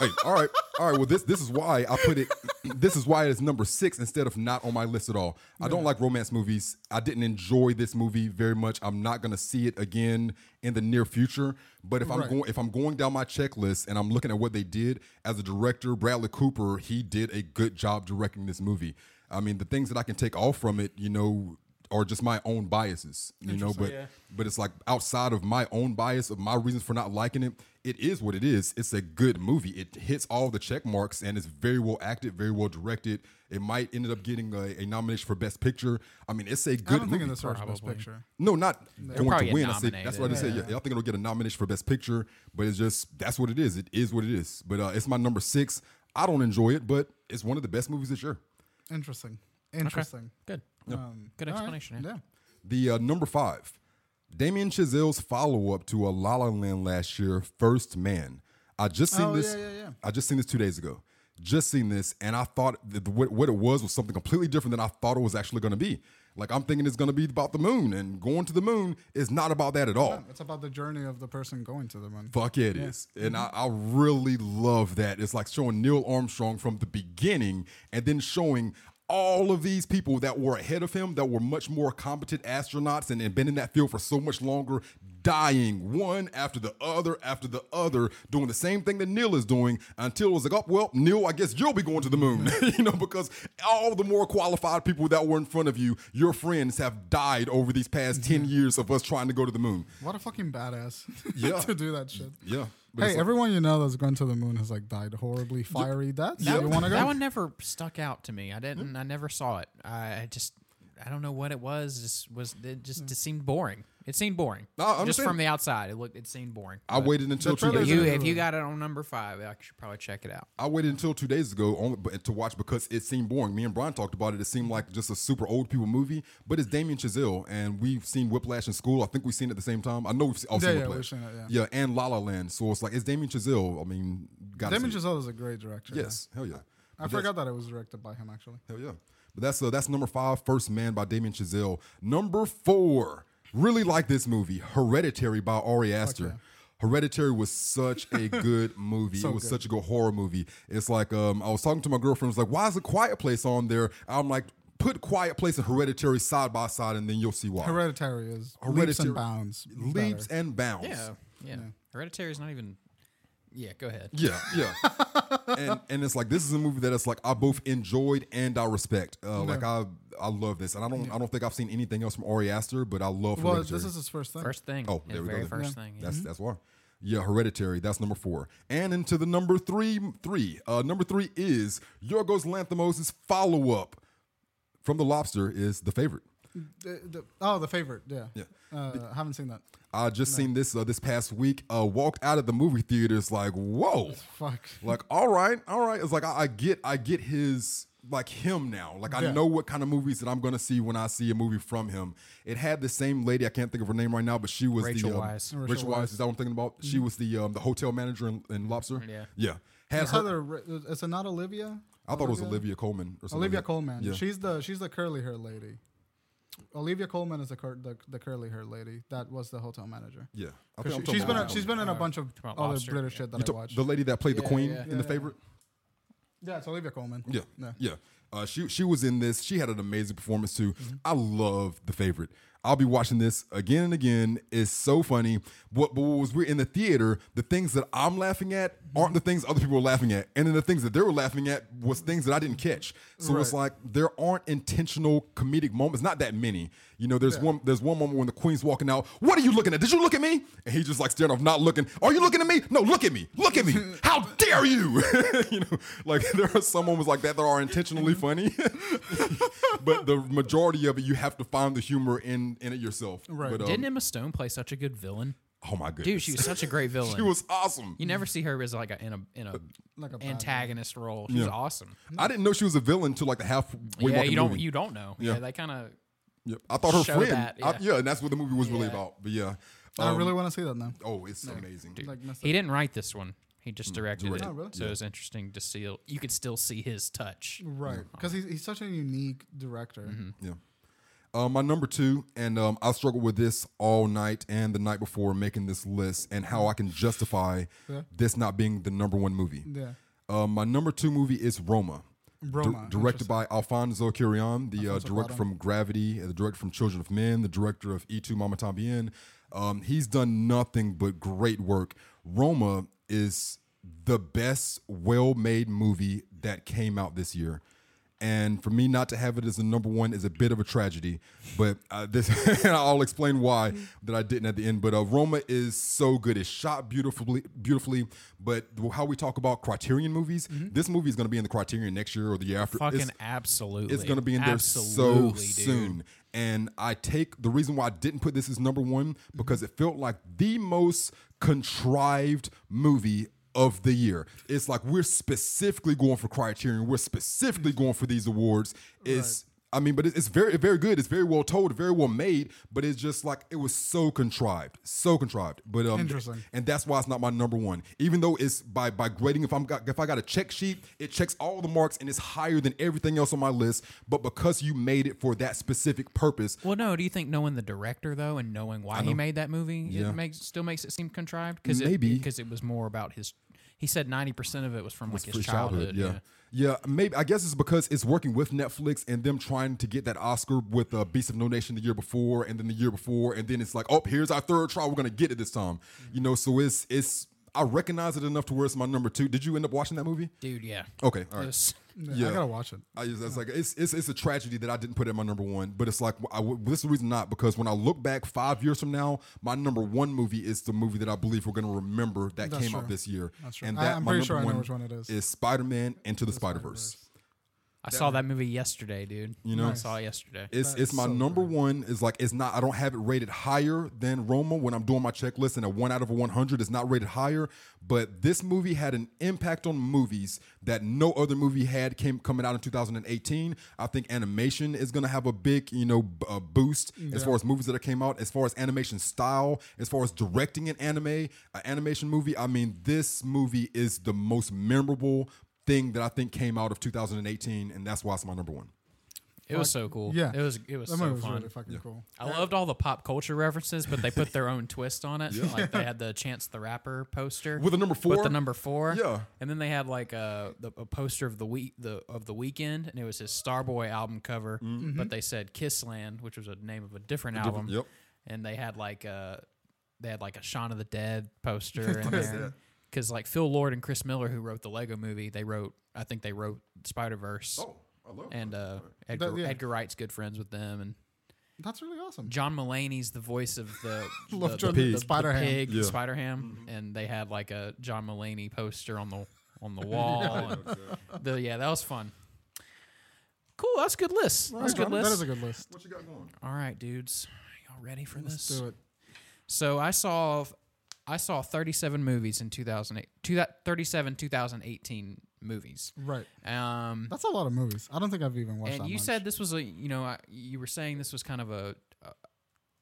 Hey, all right, all right. Well, this this is why I put it. This is why it is number six instead of not on my list at all. I don't like romance movies. I didn't enjoy this movie very much. I'm not gonna see it again in the near future. But if I'm Right. going if I'm going down my checklist and I'm looking at what they did as a director, Bradley Cooper, he did a good job directing this movie. I mean, the things that I can take off from it, you know, are just my own biases, you know. But but it's like outside of my own bias of my reasons for not liking it, it is what it is. It's a good movie. It hits all the check marks and it's very well acted, very well directed. It might end up getting a, a nomination for best picture. I mean, it's a I good don't think movie. in the search best probably. picture. No, not going probably to get win. I said, that's nominated. what I said. Yeah. I think it'll get a nomination for best picture, but it's just that's what it is. It is what it is. But uh, it's my number six. I don't enjoy it, but it's one of the best movies this year. Interesting. Interesting. good, Um, good all right. explanation. yeah. Yeah. The uh, number five, Damien Chazelle's follow up to a La La Land last year, First Man. I just seen Oh, this. yeah, yeah, yeah. I just seen this two days ago. Just seen this, and I thought that the- what, what it was was something completely different than I thought it was actually going to be. Like I'm thinking it's going to be about the moon, and going to the moon is not about that at all. It's about the journey of the person going to the moon. Fuck yeah, it is. And I, I really love that. It's like showing Neil Armstrong from the beginning and then showing all of these people that were ahead of him that were much more competent astronauts and had been in that field for so much longer, dying one after the other after the other, doing the same thing that Neil is doing until it was like, oh, well, Neil, I guess you'll be going to the moon, [laughs] you know, because all the more qualified people that were in front of you, your friends have died over these past 10 years of us trying to go to the moon. What a fucking badass [laughs] Yeah. to do that shit. Yeah. But it's Hey, like- everyone you know that's gone to the moon has like died horribly fiery deaths. That, You want to go? that one never stuck out to me. I Hmm. didn't. I never saw it. I I just. I don't know what it was. Just was it Hmm. just it seemed boring. It seemed boring. No, I just understand. from the outside, it looked it seemed boring. Oh, I waited until The two But days. trailers- you, if you got it on number five, I should probably check it out. I waited until two days ago only but to watch because it seemed boring. Me and Brian talked about it. It seemed like just a super old people movie, but it's Damien Chazelle, and we've seen Whiplash in school. I think we've seen it at the same time. I know we've seen, all Yeah, seen yeah, Whiplash. we've seen it, yeah. and La La Land. So it's like it's Damien Chazelle. I mean, got Damien Chazelle is a great director. yeah. Yes, hell yeah. I forgot that it was directed by him actually. Hell yeah. But that's uh, that's number five, First Man by Damien Chazelle. Number four, really like this movie, Hereditary by Ari Aster. Hereditary was such a good movie. it was such a good horror movie. It's like um, I was talking to my girlfriend. I was like, "Why is a Quiet Place on there?" I'm like, "Put Quiet Place and Hereditary side by side, and then you'll see why." Hereditary is leaps Hereditary- and bounds. Leaps better. and bounds. Yeah, yeah. Hereditary is not even. Yeah, go ahead. Yeah, yeah. and and it's like this is a movie that it's like I both enjoyed and I respect. Uh, Like I I love this, and I don't I don't think I've seen anything else from Ari Aster, but I love. well, Hereditary. this is his first thing. First thing. Oh, Yeah, there we go very then. first thing. yeah. That's that's why. Yeah, Hereditary. That's number four. And into the number three three. Uh, number three is Yorgos Lanthimos' follow up from The Lobster is the favorite. The- the- oh, the favorite. Yeah. Yeah. Uh, haven't seen that. I just seen this uh, this past week. Uh, walked out of the movie theaters like whoa. Fuck. like all right all right it's like I, I get i get his like him now. Like I Yeah. know what kind of movies that I'm gonna see when I see a movie from him. It had the same lady. I can't think of her name right now, but she was Rachel the um, Weisz. Rachel, Weisz is that what I'm thinking about? She Mm-hmm. was the um, the hotel manager in, in Lobster. Yeah. yeah. Had It's her- other, is it not Olivia? I thought it was Olivia Coleman or something. Olivia like that. Coleman. Yeah. She's the she's the curly hair lady. Olivia Coleman is the cur- the, the curly hair lady that was the hotel manager. Yeah, She, I think I'm has talking been about a, that she's one. been in a bunch of about other Lobster, British yeah. shit that You I talk- watched. the lady that played the Yeah, queen yeah. in the favorite. yeah, it's Olivia Coleman. Yeah, Yeah. yeah. Uh, she she was in this. She had an amazing performance too. I love the favorite. I'll be watching this again and again. It's so funny. What, but what was weird in the theater? The things that I'm laughing at aren't the things other people were laughing at, and then the things that they were laughing at was things that I didn't catch. So it's like there aren't intentional comedic moments. Not that many. You know, there's one there's one moment when the queen's walking out. What are you looking at? Did you look at me? And he's just like staring off, not looking. Are you looking at me? No, look at me. Look [laughs] at me. How dare you? [laughs] you know, like [laughs] there are some moments like that that are [laughs] intentionally funny, [laughs] but the majority of it you have to find the humor in in it yourself. Right. But, um, Didn't Emma Stone play such a good villain? oh my goodness. Dude, she was such a great villain. [laughs] She was awesome. You never see her as like a in a in a Like a bad antagonist role. She's awesome. I didn't know she was a villain till like the halfway mark yeah, of the you don't movie. you don't know. Yeah, Yeah. they kind of Yep. I thought her show friend. that, I- yeah. and that's what the movie was really Yeah. about. But yeah. I Um, really want to see that now. Oh, it's amazing. Like missed he didn't write this one. He just directed directed. it, Oh, really? so it's interesting to see. You could still see his touch. Right, because Uh-huh. he's, he's such a unique director. Mm-hmm. Yeah. Um, my number two, and um, I struggled with this all night and the night before making this list, and how I can justify this not being the number one movie. Yeah, Um, my number two movie is Roma. Dir- Roma, directed by Alfonso Cuarón, the uh, director from Gravity, uh, the director from Children of Men, the director of E2 Mama Tambien. Um, he's done nothing but great work. Roma is the best well made movie that came out this year. And for me not to have it as the number one is a bit of a tragedy, but uh, this [laughs] and I'll explain why that I didn't at the end. But uh, Roma is so good; it's shot beautifully, beautifully. But how we talk about Criterion movies, this movie is going to be in the Criterion next year or the year after. Fucking It's- absolutely. it's going to be in there so Absolutely, dude. soon. And I take the reason why I didn't put this as number one because it felt like the most contrived movie of the year. It's like we're specifically going for Criterion. We're specifically going for these awards. It's I mean, but it- it's very, very good. It's very well told, very well made. But it's just like it was so contrived, so contrived. But um, Interesting. and that's why it's not my number one. Even though it's by by grading, if I'm got, if I got a check sheet, it checks all the marks and it's higher than everything else on my list. But because you made it for that specific purpose, Well, no. Do you think knowing the director though, and knowing why he made that movie, Yeah. it makes still makes it seem contrived? Because Maybe. because it, was more about his. He said ninety percent of it was from like his, for childhood. yeah. Yeah, maybe I guess it's because it's working with Netflix and them trying to get that Oscar with uh, Beast of No Nation the year before, and then the year before, and then it's like, oh, here's our third try. We're gonna get it this time, you know. So it's it's I recognize it enough to where it's my number two. Did you end up watching that movie? dude. Yeah. Okay, Oh, all It right. was- yeah. Yeah. I gotta watch it. I just, it's like it's, it's it's a tragedy that I didn't put it at my number one, but it's like I w this is the reason not because when I look back five years from now, my number one movie is the movie that I believe we're gonna remember that That's came out true. this year, That's true. and I- that I'm my pretty number sure I know one which one it is. Is Spider Man Into the Spider Verse? I saw that movie yesterday, dude. You know? I saw it yesterday. It's it's my so number one. Is like it's not. I don't have it rated higher than Roma when I'm doing my checklist, and a one out of a one hundred is not rated higher. But this movie had an impact on movies that no other movie had. Came coming out in 2018. I think animation is gonna have a big you know b- uh, boost as far as movies that came out, as far as animation style, as far as directing an anime, an animation movie. I mean, this movie is the most memorable thing that I think came out of 2018, and that's why it's my number one. It was so cool. Yeah. It was it was That so movie was fun. really fucking cool. I loved all the pop culture references, but they put their own twist on it. Like they had the Chance the Rapper poster With the number With four? the number four, Yeah. And then they had like a, the, a poster of the week the of the weekend, and it was his Starboy album cover, but they said Kissland, which was a name of a different album. yep. And they had like a they had like a Shaun of the Dead poster in there. Because like Phil Lord and Chris Miller, who wrote the Lego Movie, they wrote I think they wrote Spider Verse. Oh, I love and uh, Edgar, yeah. Edgar Wright's good friends with them, and That's really awesome. John Mulaney's the voice of the [laughs] the, Love John- the- the Spider-Ham. pig, Yeah. Spider Ham, and they had like a John Mulaney poster on the on the wall. and the, yeah, that was fun. Cool, that's a good list. That's a good That is list. a good list. What you got going? All right, dudes, y'all ready for this? Do it. So I saw I saw 37 movies in 2008, two, that- 37 2018 movies. Right. Um, That's a lot of movies. I don't think I've even watched and that you much. said this was a you know I- you were saying this was kind of a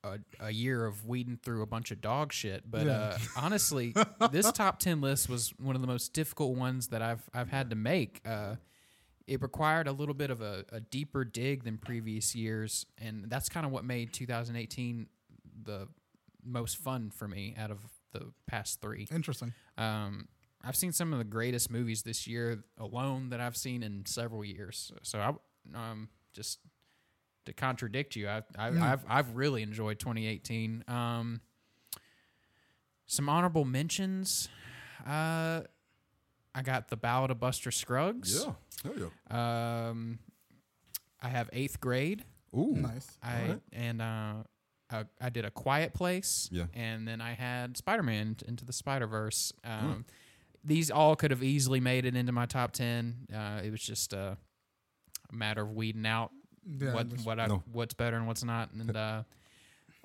a, a year of weeding through a bunch of dog shit but Yeah. uh, honestly this top 10 list was one of the most difficult ones that i've i've had to make uh, it required a little bit of a, a deeper dig than previous years and that's kind of what made 2018 the most fun for me out of the past three Interesting. um, I've seen some of the greatest movies this year alone that I've seen in several years. So I, um, just to contradict you, I, I, I've I've really enjoyed 2018. Um, some honorable mentions. Uh, I got the Ballad of Buster Scruggs. Yeah. Hell yeah. Um, I have Eighth Grade. Ooh. Nice. I Alright. and uh, I, I did a Quiet Place. Yeah. and then I had Spider Man into the Spider Verse. Um, These all could have easily made it into my top ten. Uh, it was just uh, a matter of weeding out Yeah, what just- what I, No. what's better and what's not. And uh,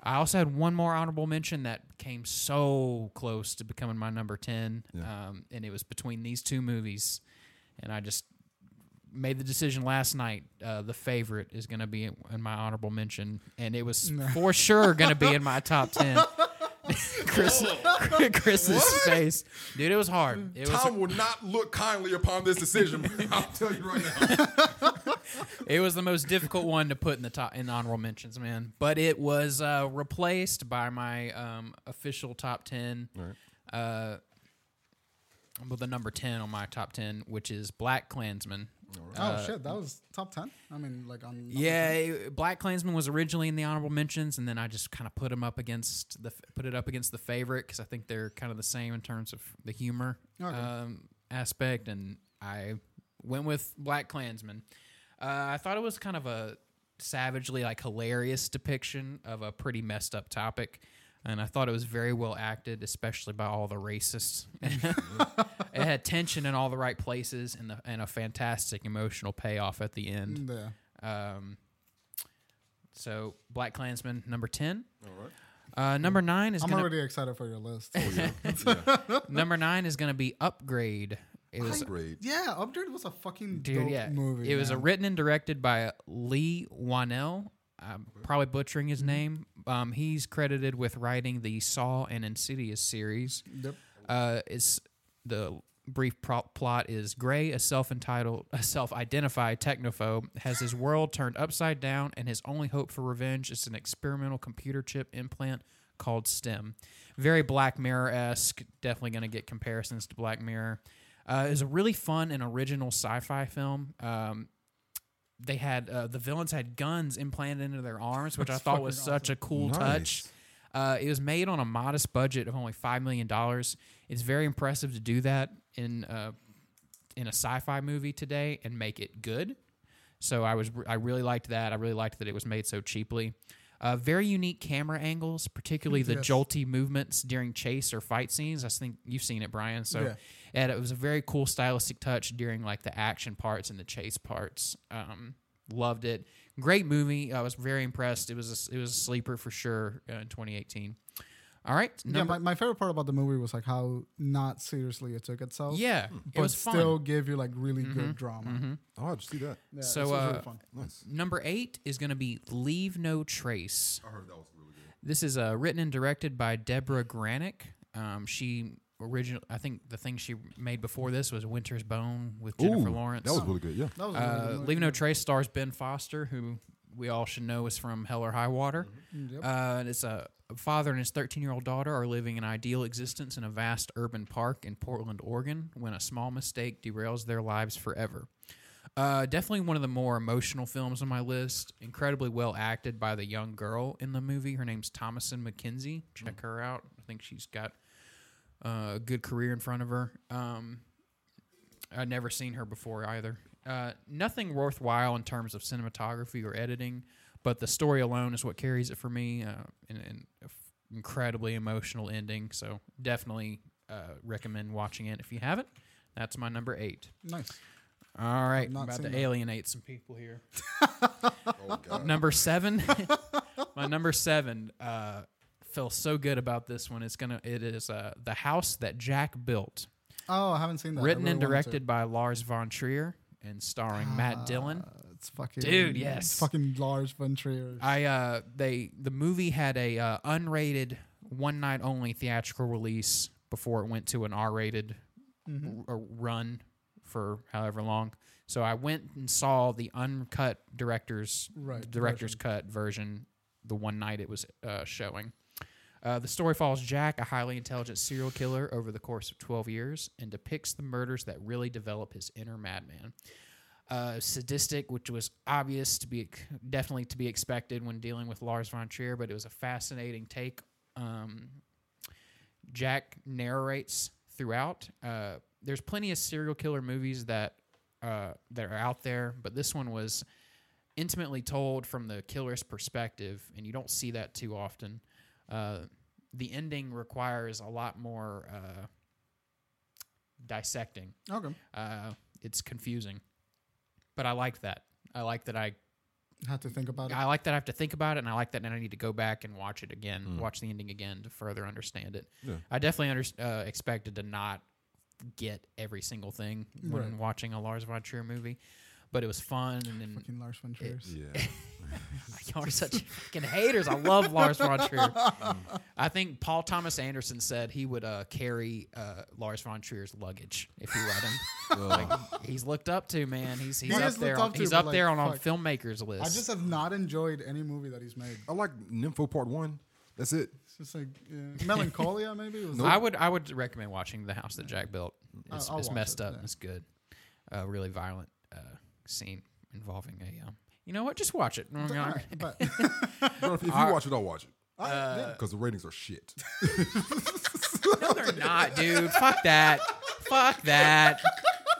I also had one more honorable mention that came so close to becoming my number ten, um, and it was between these two movies, and I just made the decision last night. Uh, the favorite is going to be in in my honorable mention, and it was for sure going to be in my top ten. [laughs] Chris, Chris's face, dude, it was hard. It was Tom will not look kindly upon this decision. [laughs] I'll tell you right now. It was the most difficult one to put in the top in the honorable mentions, man. But it was uh, replaced by my um, official top ten. Uh, with the number ten on my top ten, which is Black Klansman. Oh shit, that was top ten. I mean, like on. uh, Yeah, it- Black Klansman was originally in the honorable mentions, and then I just kind of put him up against the put it up against the favorite because I think they're kind of the same in terms of the humor Okay. um, aspect, and I went with Black Klansman. Uh, I thought it was kind of a savagely like hilarious depiction of a pretty messed up topic. And I thought it was very well acted, especially by all the racists. [laughs] it had tension in all the right places, and, the, and a fantastic emotional payoff at the end. Yeah. Um, so Black Klansman number ten. All right. Uh, number nine is I'm gonna, already excited for your list. number nine is gonna be Upgrade. It was Great. yeah, Upgrade was a fucking dude, dope yeah. movie. it was a man. written and directed by Lee Wanell. I'm probably butchering Mm-hmm. his name. Um, he's credited with writing the Saw and Insidious series. Yep. Uh, it's the brief pro- plot is Gray, a self-entitled, a self-identified technophobe, has his world turned upside down, and his only hope for revenge is an experimental computer chip implant called STEM. Very Black Mirror-esque. Definitely going to get comparisons to Black Mirror. Uh, it's a really fun and original sci-fi film. Um, they had uh, the villains had guns implanted into their arms, which I thought was such a cool touch. Nice. Uh, it was made on a modest budget of only five million dollars. It's very impressive to do that in uh, in a sci-fi movie today and make it good. So I was I really liked that. I really liked that it was made so cheaply. Uh, very unique camera angles, particularly the Yes. jolty movements during chase or fight scenes. I think you've seen it, Brian. So Yeah. and it was a very cool stylistic touch during like the action parts and the chase parts. Um, loved it. Great movie. I was very impressed. It was a, it was a sleeper for sure uh, in 2018. All right, yeah, number- my, my favorite part about the movie was like how not seriously it took itself. yeah, but it was fun. Mm-hmm. still gave you like really good drama. Oh, I just see that. Yeah, So, this was really uh, fun. Nice. number eight is going to be Leave No Trace. I heard that was really good. This is uh, written and directed by Deborah Granick. Um, she original, I think the thing she made before this was Winter's Bone with Jennifer Lawrence. That was really good. Yeah. that was a really Uh, good Leave No Trace stars Ben Foster, who we all should know is from Hell or High Water. Uh, and it's a a father and his 13 year old daughter are living an ideal existence in a vast urban park in Portland, Oregon, when a small mistake derails their lives forever. Uh, definitely one of the more emotional films on my list. Incredibly well acted by the young girl in the movie. Her name's Thomason McKenzie. Check her out. I think she's got uh, a good career in front of her. Um, I'd never seen her before either. Uh, nothing worthwhile in terms of cinematography or editing, but the story alone is what carries it for me. Uh, and, and a f- incredibly emotional ending. So definitely uh, recommend watching it if you haven't. That's my number eight. nice. All right, I'm not about to seen that. alienate some people here. [laughs] Oh, God. [laughs] Number seven, my number seven, uh, feel so good about this one. It's gonna. It is uh, the house that Jack built, Oh, I haven't seen that. I written and really wanted to. directed by Lars von Trier and starring Matt Dillon. Uh, it's fucking Dude, it's yes. fucking Lars von Trier. I uh, they the movie had a uh, unrated one night only theatrical release before it went to an R-rated r- run for however long. So I went and saw the uncut director's Right, the director's cut version the one night it was uh, showing. Uh, the story follows Jack, a highly intelligent serial killer, over the course of 12 years and depicts the murders that really develop his inner madman. Uh, sadistic, which was obvious to be definitely to be expected when dealing with Lars von Trier, but it was a fascinating take. Um, Jack narrates throughout. Uh, there's plenty of serial killer movies that uh, that are out there, but this one was intimately told from the killer's perspective, and you don't see that too often. Uh, the ending requires a lot more uh, dissecting. okay, Uh, it's confusing, but I like that. I like that I had to think about it. I like that I have to think about it, and I like that now I need to go back and watch it again, Mm. watch the ending again to further understand it. Yeah. I definitely under, uh, expected to not get every single thing when Right. watching a Lars von Trier movie, but it was fun. And, then [laughs] fucking Lars von Trier. Yeah. y'all [laughs] are such fucking haters. I love Lars von Trier. I think Paul Thomas Anderson said he would uh, carry uh, Lars von Trier's luggage if you let [laughs] him. like, he's looked up to, man. He's he's He up is there. looked On, up to, he's but, up like, there on our fuck. filmmakers list. I just have not enjoyed any movie that he's made. I like Nympho Part One. That's it. It's just like [laughs] yeah. Melancholia, maybe. Was I that- would I would recommend watching the house that Jack built. It's, I'll it's watch messed it, up. yeah. and It's good. A really violent uh, scene involving a. Um, you know what? Just [laughs] watch it. All right, but [laughs] Bro, if, if you Alright. watch it, I'll watch it I- Uh, yeah. because the ratings are shit. No, they're not, dude. Fuck that. Fuck that.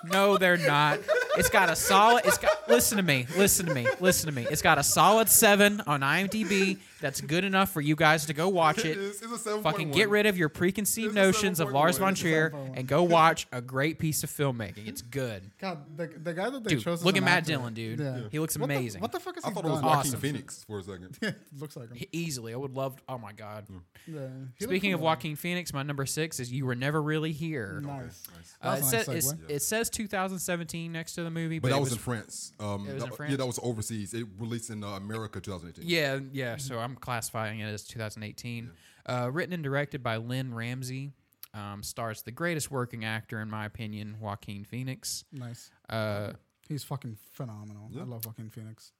No, they're not. It's got a solid. It's got. Listen to me. Listen to me. Listen to me. It's got a solid seven on IMDb. That's good enough for you guys to go watch it. [laughs] It is- it's a seven Fucking get rid of your preconceived It's a notions of 7.1. Lars von It's a Trier 7.1. and go watch a great piece of filmmaking. It's good. God, the, the guy that they Dude, chose. as look at an Matt actor- Dillon, dude. Yeah. He looks What the- amazing. What the, fuck is I he thought it was done? [laughs] Joaquin Awesome. Phoenix for a [laughs] second. Yeah, looks like him. Easily, I would love. Oh my god! Yeah, he looked Speaking of familiar. Joaquin Phoenix, my number six is "You Were Never Really Here." nice. Uh, That's it, a says, nice it's- segue. it says 2017 next to the movie, But but, that it was, was, in France. Um, It was that- in Yeah, France? that was overseas. It released in uh, America 2018. yeah, yeah. So I'm classifying it as 2018. Uh, written and directed by Lynn Ramsey, um, stars the greatest working actor in my opinion, Joaquin Phoenix. Nice. Uh, He's fucking phenomenal. I love fucking Phoenix.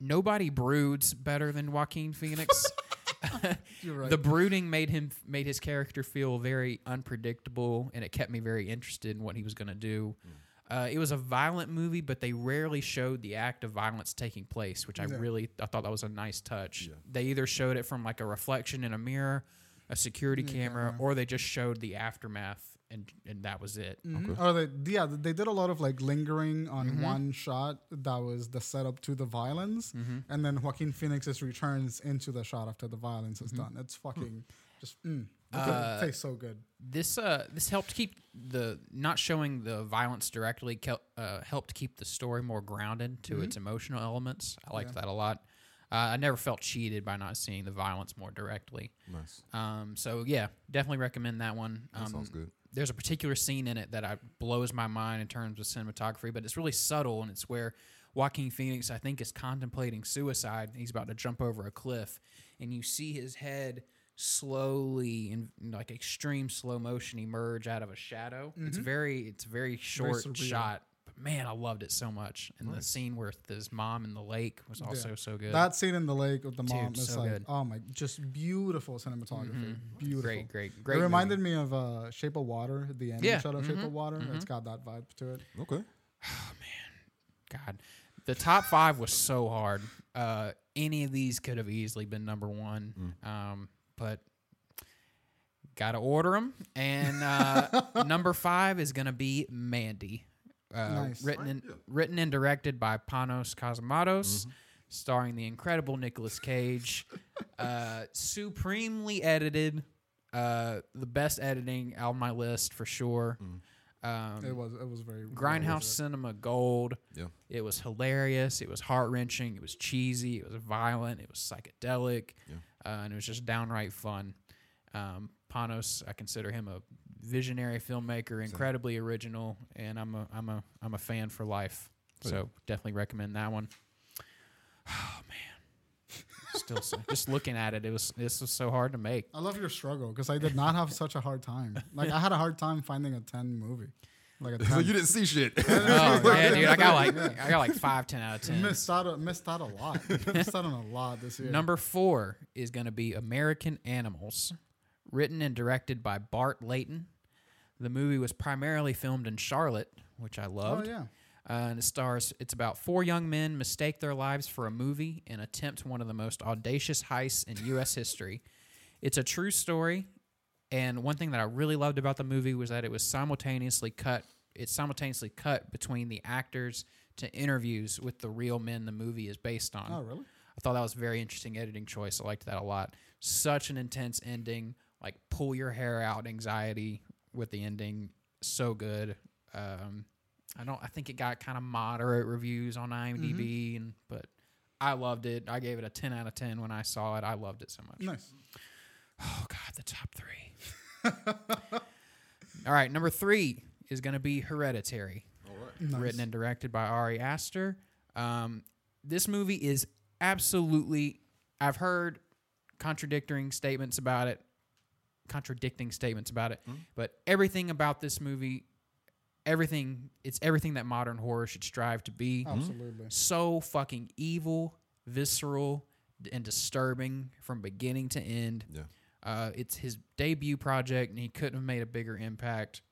nobody broods better than [laughs] Joaquin Phoenix. You're right. The brooding made him made his character feel very unpredictable, and it kept me very interested in what he was going to do. Uh, it was a violent movie, but they rarely showed the act of violence taking place, which I really I thought that was a nice touch. They either showed it from like a reflection in a mirror, a security camera, or they just showed the aftermath, and and that was it. Oh, they, yeah, they did a lot of like lingering on Mm-hmm. one shot that was the setup to the violence, Mm-hmm. and then Joaquin Phoenix's returns into the shot after the violence Mm-hmm. is done. Mm. It's fucking just mm, Uh, okay, tastes so good. This uh this helped keep the not showing the violence directly kel- uh, helped keep the story more grounded to its emotional elements. I liked that a lot. Uh, I never felt cheated by not seeing the violence more directly. Nice. Um, so yeah, definitely recommend that one. Um, sounds good. There's a particular scene in it that I, blows my mind in terms of cinematography, but it's really subtle, and it's where Joaquin Phoenix, I think, is contemplating suicide. He's about to jump over a cliff, and you see his head slowly in like extreme slow motion emerge out of a shadow. It's very, it's a very short surreal. shot. But man, I loved it so much. And the scene where his mom in the lake was also so good. That scene in the lake with the mom is so like, good. Mm-hmm. oh my, just beautiful cinematography. Beautiful. great, great, great. it movie. reminded me of uh, Shape of Water, the ending Yeah, Mm-hmm. shot of Shape of Water. It's got that vibe to it. Okay. God, the top five was so hard. Uh, any of these could have easily been number one, um, but gotta order them. And uh, number five is gonna be Mandy, uh, Nice. written and written and directed by Panos Cosmatos. Starring the incredible Nicolas Cage, uh, supremely edited, uh, the best editing on my list for sure. Um, It was it was very Grindhouse Cinema Gold. Yeah. It was hilarious. It was heart wrenching. It was cheesy. It was violent. It was psychedelic. uh, and it was just downright fun. Um, Panos, I consider him a visionary filmmaker, incredibly original, and I'm a I'm a I'm a fan for life. So definitely recommend that one. [sighs] Oh man, still so, just looking at it, it was this was so hard to make. I love your struggle because I did [laughs] not have such a hard time. Like I had a hard time finding a ten movie, like a [laughs] So ten. you didn't see [laughs] shit. Oh yeah, dude, I got like I got like five ten out of ten. missed out, on- missed out a lot. [laughs] missed out on a lot this year. Number four is going to be American Animals, written and directed by Bart Layton. The movie was primarily filmed in Charlotte, which I oh loved. yeah, Uh, and it stars, it's about four young men mistake their lives for a movie and attempt one of the most audacious heists in U.S. history. It's a true story. And one thing that I really loved about the movie was that it was simultaneously cut. It's simultaneously cut between the actors to interviews with the real men the movie is based on. oh really? I thought that was a very interesting editing choice. I liked that a lot. Such an intense ending, like pull your hair out anxiety with the ending. So good. Um, I don't. I think it got kind of moderate reviews on IMDb, and but I loved it. I gave it a ten out of ten when I saw it. I loved it so much. Nice. Oh God, the top three. [laughs] All right, number three is going to be Hereditary, written and directed by Ari Aster. Um, this movie is absolutely. I've heard contradicting statements about it, contradicting statements about it, but everything about this movie, everything, it's everything that modern horror should strive to be Oh. Absolutely. so fucking evil, visceral, d- and disturbing from beginning to end. Yeah. Uh, it's his debut project, and he couldn't have made a bigger impact.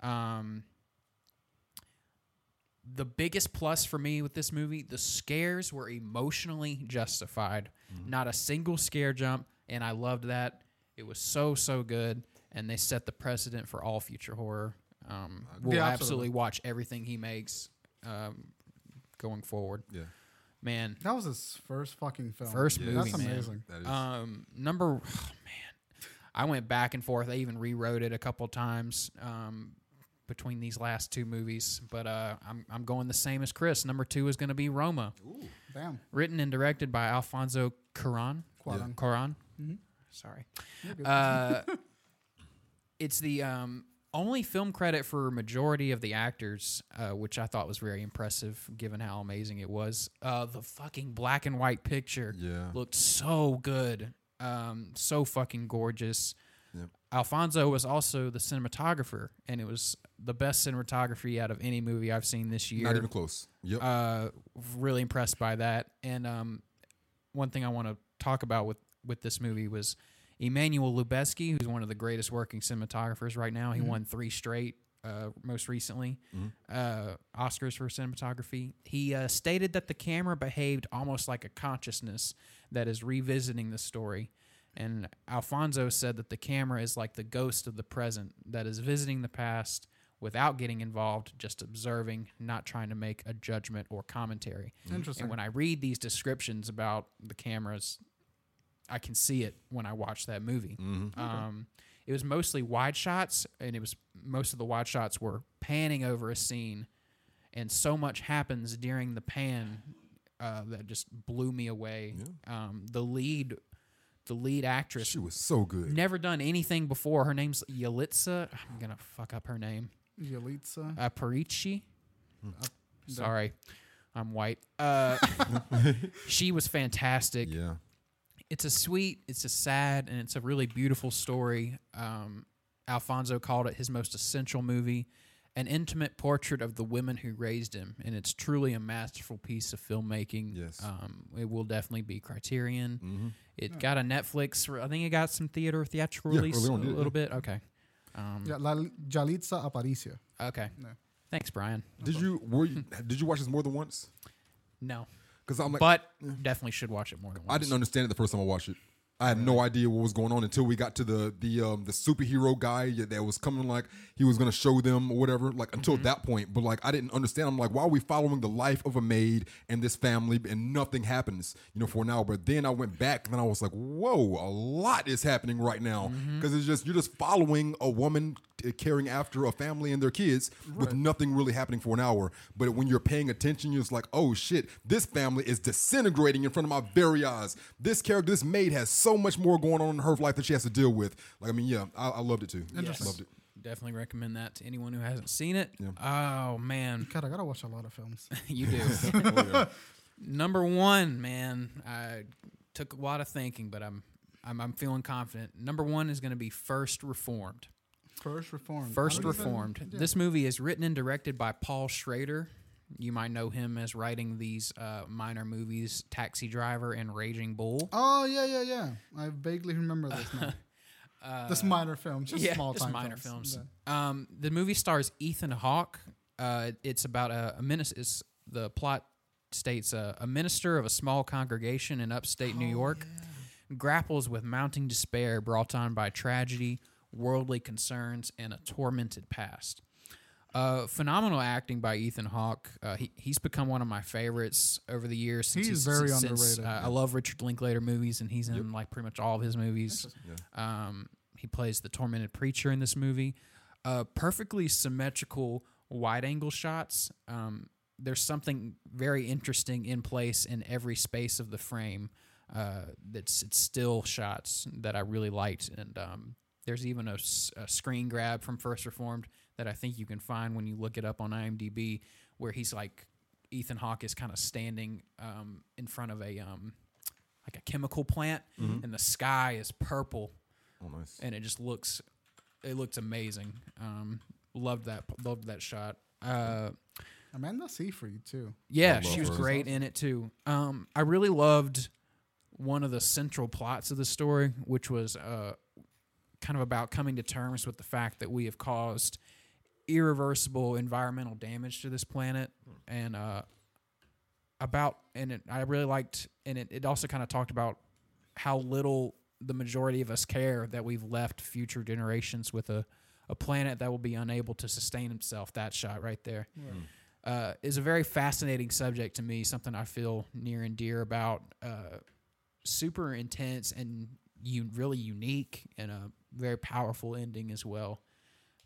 Um, the biggest plus for me with this movie, the scares were emotionally justified. Mm-hmm. Not a single scare jump, and I loved that. It was so so good, and they set the precedent for all future horror. Um, we'll Uh, Yeah, absolutely. absolutely watch everything he makes um, going forward. yeah. Man, That was his first fucking film. First That's movie, man. amazing. That is. um, number [sighs] oh, man, I went back and forth. I even rewrote it a couple times um, between these last two movies, but uh, I'm I'm going the same as Chris. Number two is going to be Roma, Damn. written and directed by Alfonso Cuarón. Cuarón. Cuarón. Sorry. Uh, [laughs] it's the um, only film credit for majority of the actors, uh, which I thought was very impressive given how amazing it was. Uh, the fucking black and white picture Yeah. looked so good, um, so fucking gorgeous. Alfonso was also the cinematographer, and it was the best cinematography out of any movie I've seen this year Not even close. Yep. uh, really impressed by that. And um, one thing I want to talk about with with this movie was Emmanuel Lubezki, who's one of the greatest working cinematographers right now. He won three straight. Uh, most recently, uh, Oscars for cinematography. He uh, stated that the camera behaved almost like a consciousness that is revisiting the story. And Alfonso said that the camera is like the ghost of the present that is visiting the past without getting involved, just observing, not trying to make a judgment or commentary. Interesting. And when I read these descriptions about the cameras, I can see it when I watch that movie. Um, it was mostly wide shots, and it was most of the wide shots were panning over a scene, and so much happens during the pan uh, that just blew me away. Um, the lead, the lead actress she was so good. never done anything before. Her name's Yalitza. I'm gonna fuck up her name. Yalitza. Uh, Perici. Mm-hmm. Sorry, I'm white. Uh, [laughs] she was fantastic. yeah. It's a sweet, it's a sad, and it's a really beautiful story. Um, Alfonso called it his most essential movie, an intimate portrait of the women who raised him, and it's truly a masterful piece of filmmaking. Yes. Mm. um, it will definitely be Criterion. Mm-hmm. [laughs] It got a Netflix. re- I think it got some theater theatrical Yeah, release early a on, yeah, little yeah. bit. Okay, Um, Yeah, La- Yalitza Aparicio. okay. No. Thanks, Brian. Did you were you, did you watch this more than once? No, Because I'm like, but definitely should watch it more than once. I didn't understand it the first time I watched it. I had no idea what was going on until we got to the the um, the superhero guy that was coming like he was gonna show them or whatever. Like until Mm-hmm. that point, but like I didn't understand. I'm like, why are we following the life of a maid and this family and nothing happens, you know, for an hour? But then I went back and I was like, whoa, a lot is happening right now because it's just you're just following a woman t- caring after a family and their kids with nothing really happening for an hour. But when you're paying attention, you're just like, oh shit, this family is disintegrating in front of my very eyes. This character, this maid has so so much more going on in her life that she has to deal with. Like, I mean, yeah, I, I loved it too. Interesting. Loved it. Definitely recommend that to anyone who hasn't seen it. [laughs] Oh man, [laughs] God, I gotta watch a lot of films. you Oh, do. Number one, man, I took a lot of thinking, but I'm I'm, I'm feeling confident. Number one is going to be First Reformed. First Reformed. I First don't even- Reformed. yeah. This movie is written and directed by Paul Schrader. You might know him as writing these uh, minor movies, Taxi Driver and Raging Bull. Oh yeah, yeah, yeah. I vaguely remember this [laughs] now. this minor film, just small Uh, just time minor films. Um, the movie stars Ethan Hawke. Uh, it's about a, a minister. It's the plot states uh, a minister of a small congregation in upstate Oh, New York grapples with mounting despair brought on by tragedy, worldly concerns, and a tormented past. Uh, phenomenal acting by Ethan Hawke. Uh, he, he's become one of my favorites over the years. Since He's very since, underrated. uh, I love Richard Linklater movies, and he's in like pretty much all of his movies. Um, he plays the tormented preacher in this movie. Uh, perfectly symmetrical wide angle shots. Um, there's something very interesting in place in every space of the frame. Uh, that's it's still shots that I really liked, and um, there's even a, s- a screen grab from First Reformed that I think you can find when you look it up on IMDb, where he's like Ethan Hawke is kind of standing um, in front of a um, like a chemical plant, and the sky is purple, Mm-hmm. Oh, nice. and it just looks it looked amazing. Um, loved that loved that shot. Uh, Amanda Seyfried too. yeah, love she was her. great in it too. Um, I really loved one of the central plots of the story, which was uh, kind of about coming to terms with the fact that we have caused irreversible environmental damage to this planet, Hmm. and uh, about and it, I really liked, and it, it also kind of talked about how little the majority of us care that we've left future generations with a, a planet that will be unable to sustain itself. That shot right there Hmm. uh, is a very fascinating subject to me, something I feel near and dear about. Uh, super intense and you really unique and a very powerful ending as well.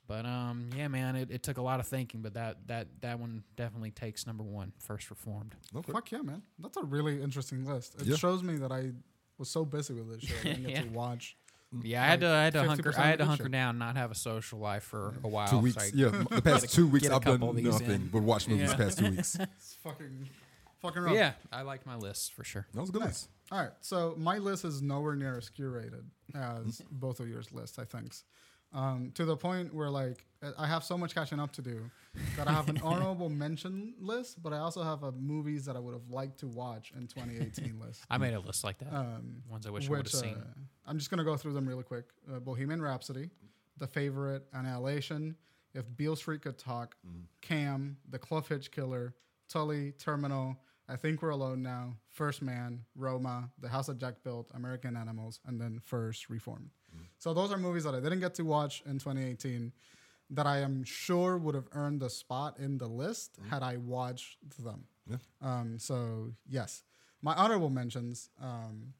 But um, yeah, man, it, it took a lot of thinking, but that that that one definitely takes number one, first reformed. Okay. Fuck yeah, man. That's a really interesting list. It Yeah. shows me that I was so busy with this shit. I [laughs] didn't get to Yeah. watch. Mm, Yeah, I had to I had to hunker 50% I had to of the hunker shit. down, and not have a social life for a while. Two so weeks. I- yeah, m- the past [laughs] two weeks get a I've done couple of these nothing in. but watch movies Yeah. the past two [laughs] weeks. It's fucking, fucking but rough. yeah, I like my list for sure. That was a good. Nice. All right. So my list is nowhere near as curated as [laughs] both of yours lists, I think. Um, to the point where like I- I have so much catching up to do that I have [laughs] an honorable mention list, but I also have a movies that I would have liked to watch in 2018 list. I made a list like that. Um, Ones I wish I would have seen. uh, I'm just gonna go through them really quick. Uh, Bohemian Rhapsody, The Favorite, Annihilation, If Beale Street Could Talk, Cam, The Clough Hitch Killer, Tully, Terminal, I Think We're Alone Now, First Man, Roma, The House that Jack Built, American Animals, and then First Reformed. So those are movies that I didn't get to watch in 2018 that I am sure would have earned a spot in the list had I watched them. Um, so yes, my honorable mentions. Um,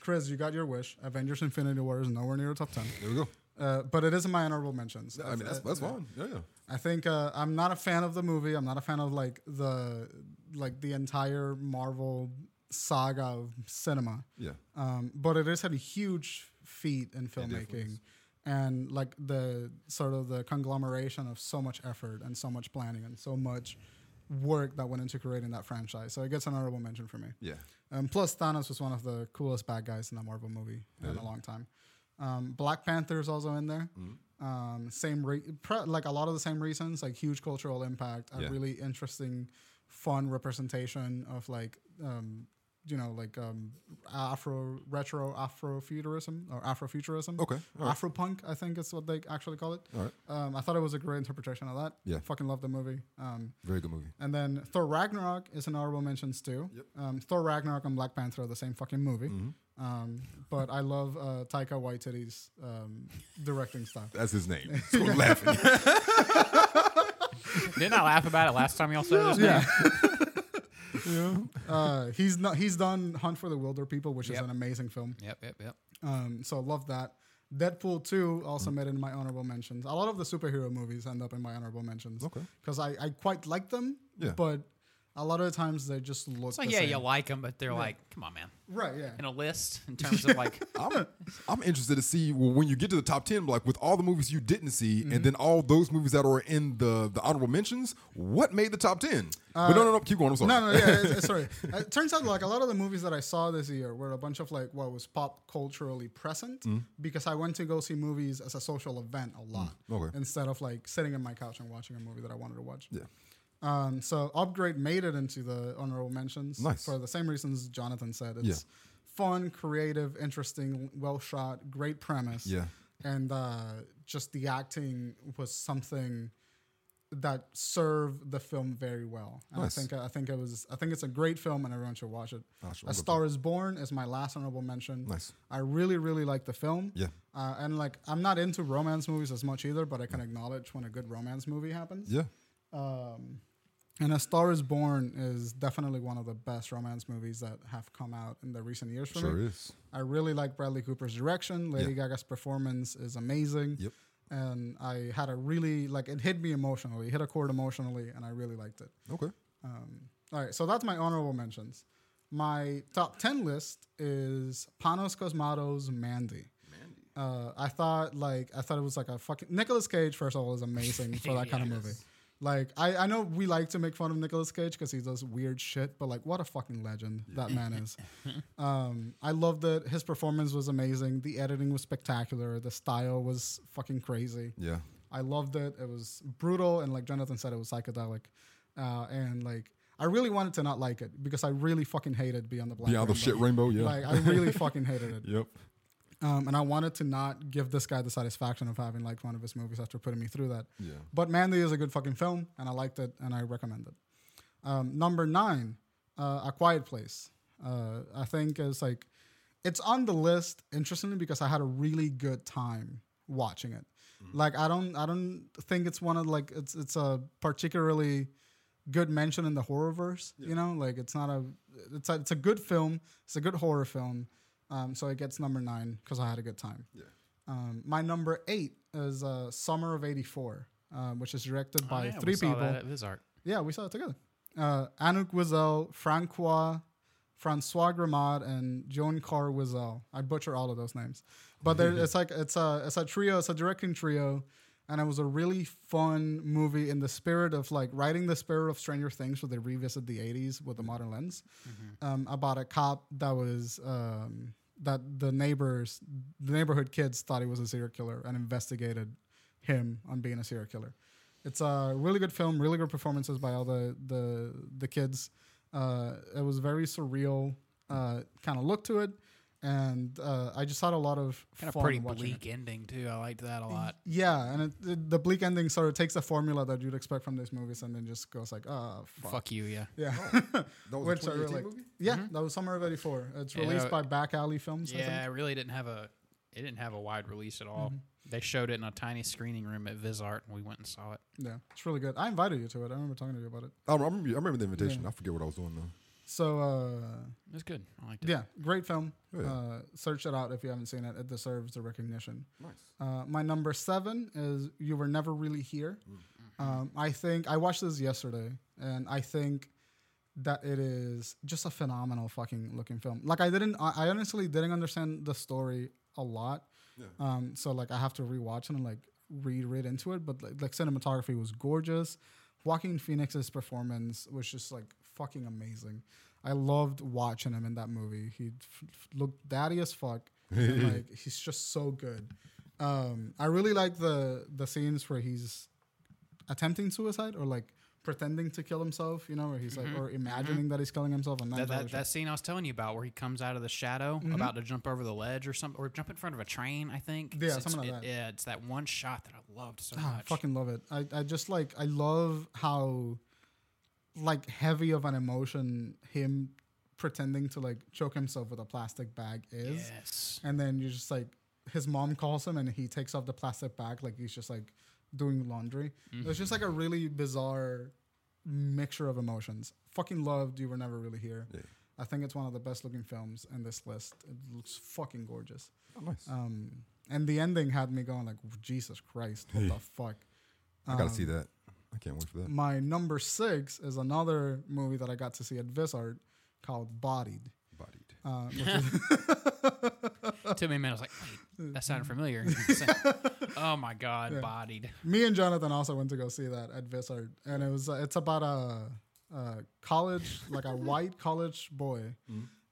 Chris, you got your wish. Avengers: Infinity War is nowhere near the top ten, There we go. uh, but it is in my honorable mentions. Uh, I mean, that's that's fine. Yeah, yeah. I think uh, I'm not a fan of the movie. I'm not a fan of like the like the entire Marvel saga of cinema. Yeah. Um, but it is a huge feat in filmmaking and like the sort of the conglomeration of so much effort and so much planning and so much work that went into creating that franchise. So it gets an honorable mention for me. Yeah. Um, plus, Thanos was one of the coolest bad guys in a Marvel movie in a long time. Um, Black Panther is also in there. Mm-hmm. Um, same re- pre- like a lot of the same reasons, like huge cultural impact, a Yeah. really interesting, fun representation of like um, you know like um, Afro retro Afrofuturism or Afrofuturism. Okay, all right. Afropunk, I think is what they actually call it. All right. Um, I thought it was a great interpretation of that. Yeah. fucking love the movie. Um, Very good movie. and then Thor Ragnarok is an honorable mentions too. Um, Thor Ragnarok and Black Panther are the same fucking movie. Mm-hmm. Um, but I love uh, Taika Waititi's um, directing [laughs] style. That's his name. [laughs] Quit laughing. Didn't I laugh about it last time y'all said this? [laughs] Yeah. [laughs] Uh, he's not. He's done Hunt for the Wilder People, which Yep. is an amazing film. Yep, yep, yep. Um, so love that. Deadpool 2 also Mm. made it in my honorable mentions. A lot of the superhero movies end up in my honorable mentions. Okay. Because I, I quite like them, Yeah. but A lot of times they just look. It's like, the yeah, same. you like them, but they're like, come on, man. Right, yeah. In a list, in terms of [laughs] like, I'm, I'm interested to see well, when you get to the top 10 like with all the movies you didn't see Mm-hmm. and then all those movies that are in the the honorable mentions what made the top 10 but no no no keep going i'm sorry Uh, No, no, yeah, it's- it's- sorry. [laughs] Uh, It turns out like a lot of the movies that I saw this year were a bunch of like what was pop culturally present Mm. because I went to go see movies as a social event a lot Mm, okay. instead of like sitting in my couch and watching a movie that I wanted to watch. Yeah. Um, so Upgrade made it into the honorable mentions Nice. for the same reasons Jonathan said. It's fun, creative, interesting, well shot, great premise. Yeah. And uh, just the acting was something that serve the film very well. And Nice. I think I think it was I think it's a great film and everyone should watch it. I should a look Star is Born is my last honorable mention. Nice. I really really like the film. Yeah. Uh, and like I'm not into romance movies as much either, but I can acknowledge when a good romance movie happens. yeah Um, and A Star is Born is definitely one of the best romance movies that have come out in the recent years for sure me. is I really like Bradley Cooper's direction. Lady Gaga's performance is amazing. Yep. And I had a really like it hit me emotionally, it hit a chord emotionally, and I really liked it. okay Um, all right, so that's my honorable mentions. My top ten list is Panos Cosmatos Mandy. Uh, I thought like I thought it was like a fucking Nicolas Cage. First of all, is amazing for that kind of movie. Like I, I know we like to make fun of Nicolas Cage because he does weird shit, but like what a fucking legend that man is. Um, I loved it. His performance was amazing. The editing was spectacular. The style was fucking crazy. yeah I loved it. It was brutal, and like Jonathan said, it was psychedelic. Uh, and like, I really wanted to not like it because I really fucking hated Beyond the Black. beyond the shit rainbow yeah Like, I really fucking hated it. [laughs] yep Um, and I wanted to not give this guy the satisfaction of having liked one of his movies after putting me through that. Yeah. But Mandy is a good fucking film, and I liked it, and I recommend it. Um, number nine, uh, A Quiet Place. Uh, I think is like, it's on the list. Interestingly, because I had a really good time watching it. Like I don't, I don't think it's one of like it's it's a particularly good mention in the horror verse. You know, like it's not a, it's a, it's a good film. It's a good horror film. Um, so it gets number nine because I had a good time. Yeah. Um, my number eight is uh, Summer of '84, um, which is directed by Oh, yeah, we three saw people. that at Vizart. Yeah, we saw it together. Uh, Anouk Wiesel, Francois, Francois Gramad, and Joan Carr Wiesel. I butcher all of those names, but there, it's like it's a it's a trio, it's a directing trio, and it was a really fun movie in the spirit of like writing the spirit of Stranger Things, where they revisit the '80s with a modern lens, um, about a cop that was. Um, that the neighbors, the neighborhood kids thought he was a serial killer and investigated him on being a serial killer. It's a really good film, really good performances by all the the the kids. Uh, it was very surreal uh, kind of look to it, and uh, I just had a lot of Kind of fun pretty watching it. Mm-hmm. bleak ending too. I liked that a lot. Yeah, and it, it- the bleak ending sort of takes the formula that you'd expect from these movies, and then just goes like, "Oh fuck." Fuck you, yeah. Yeah, that was which a I really 2018 like. movie [laughs] Yeah, that was Summer of '84. It's Yeah, released that- by Back Alley Films. I Yeah, think. it really didn't have a it didn't have a wide release at all. Mm-hmm. They showed it in a tiny screening room at Vizart, and we went and saw it. yeah, it's really good. I invited you to it. I remember talking to you about it. I remember, I remember the invitation i forget what i was doing though So. Uh, It was good. I liked it. Yeah, great film. Oh, yeah. Uh, search it out if you haven't seen it. It deserves the recognition. nice Uh, my number seven is You Were Never Really Here. Mm. Um, I think I watched this yesterday, and I think that it is just a phenomenal fucking looking film. Like I didn't, I, I honestly didn't understand the story a lot. Um, so like I have to rewatch it and like reread into it. But like, like cinematography was gorgeous. Joaquin Phoenix's performance was just like fucking amazing. I loved watching him in that movie. He f- f- looked daddy as [laughs] fuck. and, like he's just so good. Um, I really like the the scenes where he's attempting suicide or like pretending to kill himself. You know, where he's like or imagining that he's killing himself. I'm not Mm-hmm. That, entirely that, sure. that scene I was telling you about, where he comes out of the shadow, Mm-hmm. about to jump over the ledge or something, or jump in front of a train, I think. Yeah, It's- something it- like that. Yeah, it's that one shot that I loved so Ah, I much. fucking love it. I, I just like I love how like heavy of an emotion him pretending to like choke himself with a plastic bag is. yes. And then you just like his mom calls him and he takes off the plastic bag like he's just like doing laundry. It was just like a Mm-hmm. really bizarre mixture of emotions. Fucking loved You Were Never Really Here. I think it's one of the best looking films in this list. It looks fucking gorgeous. oh, nice Um, and the ending had me going like, Jesus Christ, what the fuck? i gotta see that I can't wait for [laughs] that. My number six is another movie that I got to see at Visart called Bodied. Bodied. Uh, which Took me a minute. I was like, wait, that sounded familiar. It's- oh my god, bodied. me and Jonathan also went to go see that at Visart, and it was uh, it's about a, a college like a white college boy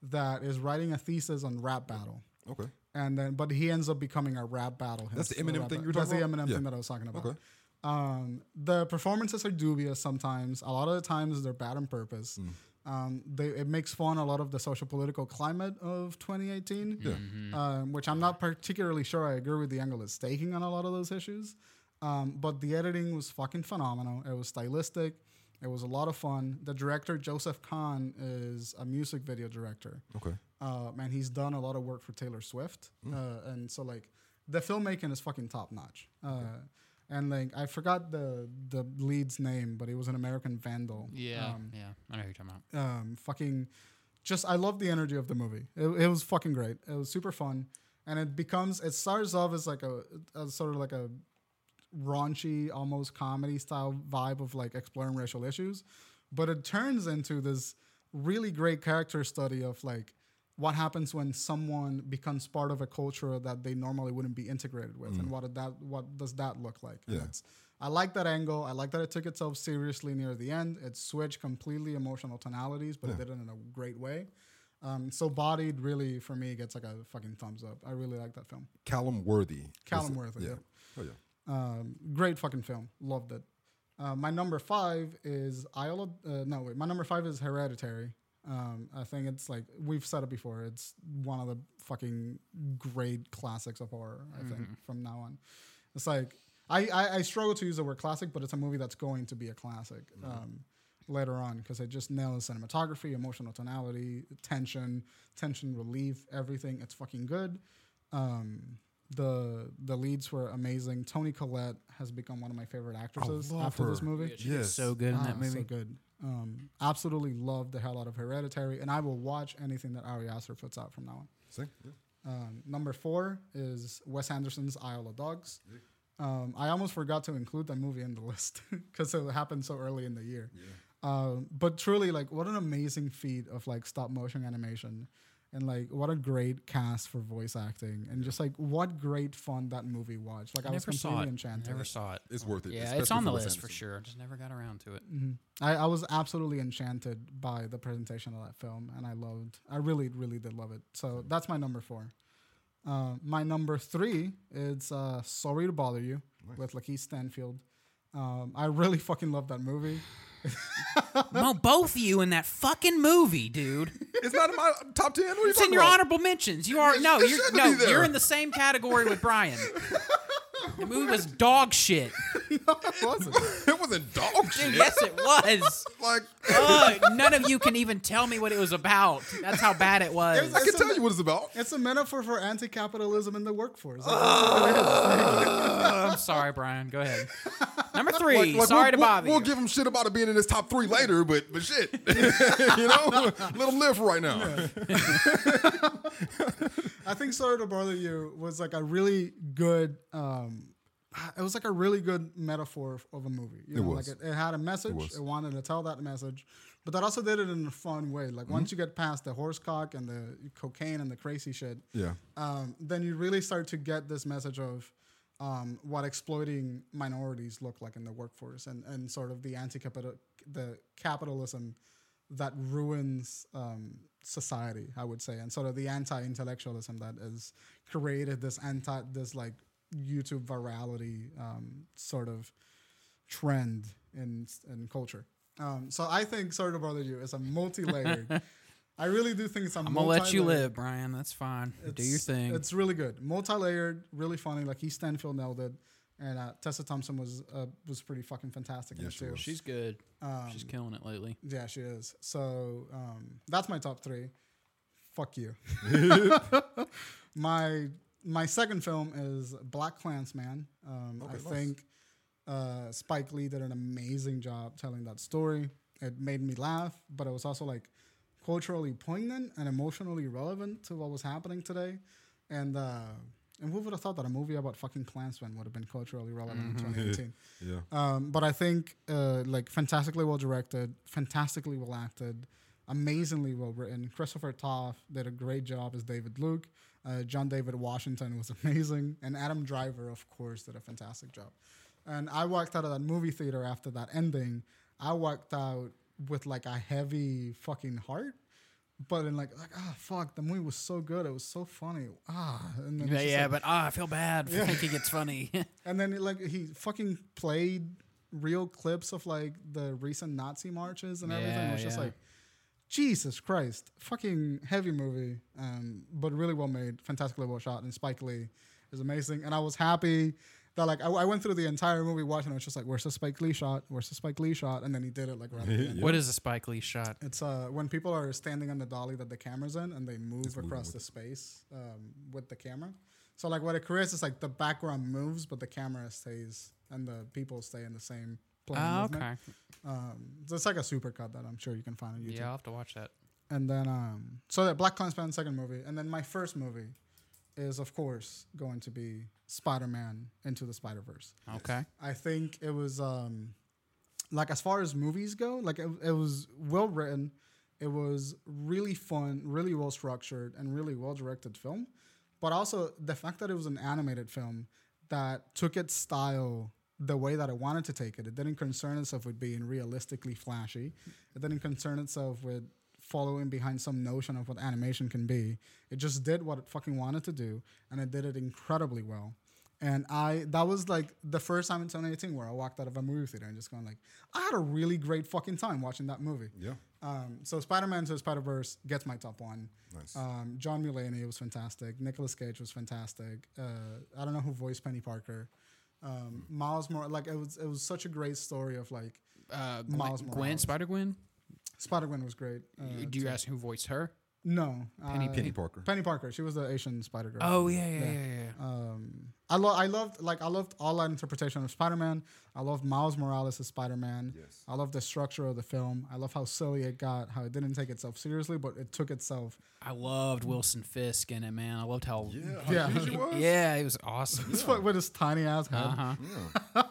that is writing a thesis on rap battle, Okay. and then but he ends up becoming a rap battle. That's the himself, Eminem rap thing ba- you were talking That's about? the Eminem Yeah. thing that I was talking about. Okay. Um, the performances are dubious sometimes. A lot of the times they're bad on purpose. Mm. Um, they, it makes fun a lot of the social political climate of 2018, Mm-hmm. um, which I'm not particularly sure I agree with the angle it's taking on a lot of those issues. Um, but the editing was fucking phenomenal. It was stylistic. It was a lot of fun. The director Joseph Kahn is a music video director Okay. uh, man, he's done a lot of work for Taylor Swift, uh, and so like the filmmaking is fucking top notch. Uh, And like I forgot the the lead's name, but he was an American Vandal. Yeah, Um, yeah. I know who you're talking about. um, fucking, just I love the energy of the movie. It, it was fucking great. It was super fun, and it becomes it starts off as like a, a sort of like a raunchy, almost comedy style vibe of like exploring racial issues, but it turns into this really great character study of like what happens when someone becomes part of a culture that they normally wouldn't be integrated with, and what did that what does that look like? And Mm. Yeah. it's- I like that angle. I like that it took itself seriously near the end. It switched completely emotional tonalities, but it did it in a great way. Um, so bodied really for me gets like a fucking thumbs up. I really like that film. Callum Worthy. Callum Is it- Worthy, Yeah. yep. Oh yeah. Um, great fucking film. Loved it. Uh, my number five is Isle of, uh, no wait, my number five is Hereditary. Um, I think it's like we've said it before. It's one of the fucking great classics of horror. I think from now on, it's like I, I I struggle to use the word classic, but it's a movie that's going to be a classic um, later on because it just nails cinematography, emotional tonality, tension, tension relief, everything. It's fucking good. Um, the the leads were amazing. Tony Collette has become one of my favorite actresses love after this her. movie. she did Yes. so good Ah, So good. Um, absolutely love the hell out of Hereditary, and I will watch anything that Ari Aster puts out from now on. See? Yeah. Um, number four is Wes Anderson's Isle of Dogs. Um, I almost forgot to include that movie in the list [laughs] because it happened so early in the year. Um, but truly, like, what an amazing feat of like stop motion animation, and like what a great cast for voice acting, and just like what great fun that movie was. Like, I, was never saw completely it. enchanted. Never saw it. It's worth it. Yeah, it's especially on the Wes list for Anderson. sure. Just never got around to it. I, I was absolutely enchanted by the presentation of that film, and I loved. I really, really did love it. So that's my number four. Uh, my number three is uh, "Sorry to Bother You" with Lakeith Stanfield. Um, I really fucking love that movie. well, both of you in that fucking movie, dude. It's not in my top ten. What are you It's in talking your about? honorable mentions. You are no, it you're shouldn't no, be there. you're in the same category with Brian. The movie was dog shit. [laughs] it wasn't dog shit. Dude, yes, it was. [laughs] Like Ugh, none of you can even tell me what it was about. That's how bad it was. I can tell you what it's about. It's a metaphor for anti-capitalism in the workforce. I'm sorry, Brian. Go ahead. Number three. Like, like, sorry we'll, to we'll- bother We'll you. give him shit about it being in his top three later, but but [laughs] shit, [laughs] you know, [laughs] let him live for right now. I think "Sorry to Bother You" was like a really good. Um, it was like a really good metaphor of- of a movie. You It know, was. Like it, it had a message. It, wanted to tell that message, but that also did it in a fun way. Like once you Mm-hmm. get past the horse cock and the cocaine and the crazy shit, Yeah. um, then you really start to get this message of um, what exploiting minorities look like in the workforce and, and sort of the anti-capital the capitalism that ruins um, society, I would say, and sort of the anti-intellectualism that has created this anti this like YouTube virality um, sort of trend in in culture. Um, so I think "Sorry to Bother You" is a [laughs] multi-layered. I really do think it's a I'm gonna let you live, Brian. That's fine. Do your it's- thing. It's really good, multi-layered, really funny. Like he Stanfield nailed it, and uh, Tessa Thompson was uh, was pretty fucking fantastic in Yeah, it she too. was. She's good. She's killing it lately. yeah, she is. So um, that's my top three. Fuck [laughs] you. [laughs] my my second film is Black Klansman. Um, I nice. think uh, Spike Lee did an amazing job telling that story. It made me laugh, but it was also like culturally poignant and emotionally relevant to what was happening today. And uh, And who would have thought that a movie about fucking Klansmen would have been culturally relevant in 2018? Yeah. Um, but I think uh, like fantastically well directed, fantastically well acted, amazingly well written. Christopher Toff did a great job as David Luke. Uh, John David Washington was [laughs] amazing, and Adam Driver, of course, did a fantastic job. And I walked out of that movie theater after that ending. I walked out with like a heavy fucking heart, but in like like ah fuck, the movie was so good, it was so funny ah. And then it's Yeah, just yeah, like- but ah, I feel bad for thinking it's funny. and then like he fucking played real clips of like the recent Nazi marches and everything. It Yeah, was just yeah. like Jesus Christ, fucking heavy movie, um, but really well made, fantastically well shot, and Spike Lee is amazing. And I was happy that like I, I went through the entire movie watching. I was just like, "Where's the Spike Lee shot? Where's the Spike Lee shot?" And then he did it like right. at the end. [laughs] What is a Spike Lee shot? It's uh, when people are standing on the dolly that the camera's in and they move across the space um, with the camera. So like what it creates is like the background moves, but the camera stays and the people stay in the same plane. Ah, oh, movement. okay. Um, so it's like a supercut that I'm sure you can find on YouTube. Yeah, I'll have to watch that. And then um, so that Black Klansman second movie, and then my first movie is of course going to be Spider-Man Into the Spider-Verse. Okay. I think it was um, like as far as movies go, like it, it was well written, it was really fun, really well structured, and really well directed film. But also the fact that it was an animated film that took its style the way that I wanted to take it. It didn't concern itself with being realistically flashy. It didn't concern itself with following behind some notion of what animation can be. It just did what it fucking wanted to do, and it did it incredibly well. And I that was like the first time in 2018 where I walked out of a movie theater and just going like, I had a really great fucking time watching that movie. Yeah. Um, so Spider-Man to Spider-Verse gets my top one. Nice. Um, John Mulaney was fantastic. Nicolas Cage was fantastic. Uh, I don't know who voiced Penny Parker. Um, Miles More like it was it was such a great story of like Uh, Miles Gwen, Gwen Morales. Spider Gwen. Spider Gwen was great. Uh, Do you ask who voiced her? no, Penny uh, Penny Parker. Penny Parker. She was the Asian Spider Girl. Oh yeah, yeah, yeah, yeah. yeah. Um, I love, I loved, like, I loved all that interpretation of Spider-Man. I loved Miles Morales as Spider-Man. Yes. I love the structure of the film. I love how silly it got, how it didn't take itself seriously, but it took itself. I loved Wilson Fisk in it, man. I loved how. Yeah. [laughs] How [laughs] Yeah. good you was? Yeah, it was awesome. [laughs] It's like with his tiny ass head. [laughs]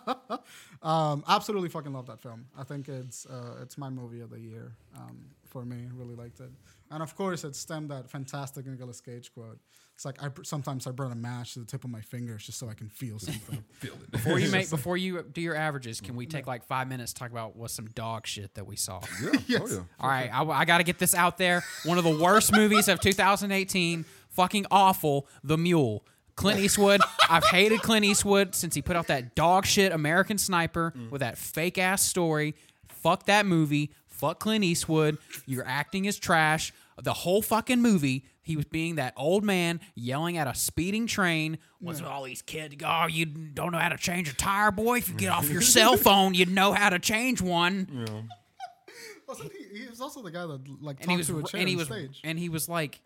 um, absolutely fucking love that film. I think it's uh, it's my movie of the year um, for me. Really liked it, and of course it stemmed that fantastic Nicolas Cage quote. It's like I br- sometimes I burn a match to the tip of my fingers just so I can feel something. Feel it. Before you make, before you do your averages, can we take like five minutes to talk about what's some dog shit that we saw? Yeah. Oh yeah. All right, I, got to get this out there. One of the worst [laughs] movies of 2018, fucking awful. The Mule, Clint Eastwood. I've hated Clint Eastwood since he put out that dog shit American Sniper with that fake ass story. Fuck that movie. Fuck Clint Eastwood. Your acting is trash. The whole fucking movie, he was being that old man yelling at a speeding train. What's with all these kids? Oh, you don't know how to change a tire, boy. If you get off your cell phone, you'd know how to change one. Wasn't he? He was also the guy that like and he talked was to a r- chair and he on was stage. and he was like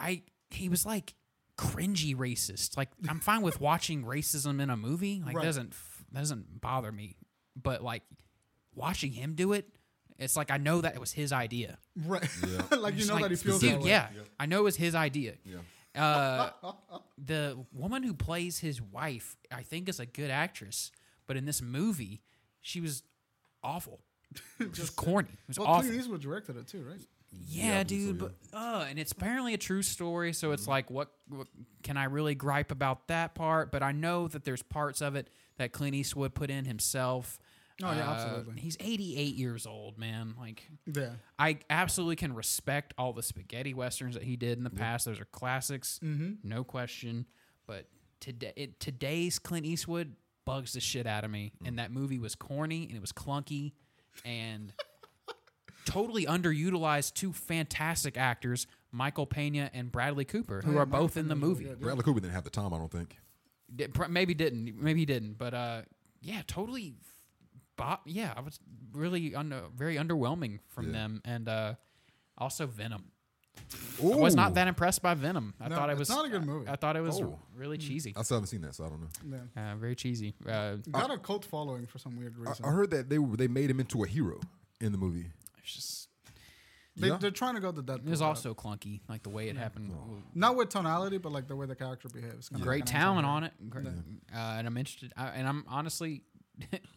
i he was like cringy racist like i'm fine with watching racism in a movie like Right. that doesn't f- that doesn't bother me but like watching him do it it's like i know that it was his idea Right. like you Just know like, that he feels dude that way. yeah i know it was his idea [laughs] uh, the woman who plays his wife i think is a good actress but in this movie she was awful It was just corny it was Well, awful Clint Eastwood directed it too, right? yeah, dude, but uh, and it's apparently a true story, so Mm-hmm. it's like, what, what can I really gripe about that part? But I know that there's parts of it that Clint Eastwood put in himself. Uh, Oh, yeah, absolutely. He's 88 years old, man. Like, Yeah. I absolutely can respect all the spaghetti westerns that he did in the past. Those are classics, no question. But today, it, today's Clint Eastwood bugs the shit out of me, and that movie was corny and it was clunky and [laughs] totally underutilized. Two fantastic actors, Michael Pena and Bradley Cooper, who are both in the movie. Bradley Cooper didn't have the time, I don't think. Did- pr- Maybe didn't, maybe he didn't, but uh, yeah, totally. Bo- yeah, I was really under, very underwhelming from them, and uh, also Venom. I was Ooh. not that impressed by Venom. I No, thought it it's was not a good movie. Mm. I, thought it was Oh. really cheesy, I still haven't seen that, so I don't know. yeah. uh, very cheesy. Uh, Got a cult following for some weird reason. I, I heard that they were, they made him into a hero in the movie. it's just They, Yeah. They're trying to go the Deadpool. It was route. also clunky, like the way it happened. not with tonality, but like the way the character behaves. kinda Great like an talent anti-hero. on it, Great- uh, and I'm interested. I, and I'm [laughs] honestly,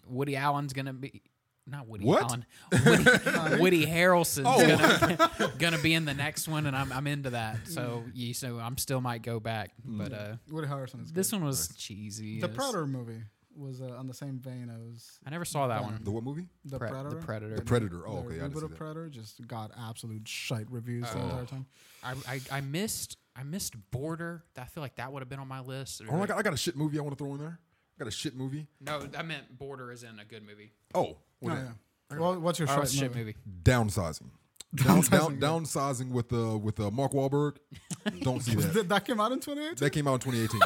Woody Allen's gonna be not Woody What? Allen. Woody, Woody Harrelson's Oh. gonna, [laughs] gonna be in the next one, and I'm I'm into that. So you so I'm still might go back, Mm. but uh, Woody Harrelson is this good. one was cheesy. The It was- Predator movie was uh, on the same vein as I never saw that one. The what movie? the Pre- Predator. The Predator. The Predator. Oh, The okay. I reboot didn't see of that. Predator just got absolute shite reviews the entire time. I, I, I missed I missed Border. I feel like that would have been on my list. Oh my god, I got a shit movie I want to throw in there. I got a shit movie. No, I meant Border is in a good movie. Oh, Oh, what is it? yeah. Well, what's your Oh, shite shit movie? [laughs] movie. downsizing. Down, down, downsizing with uh with uh, Mark Wahlberg. Don't [laughs] see that. Did that came out in 2018? That came out [laughs] in 2018.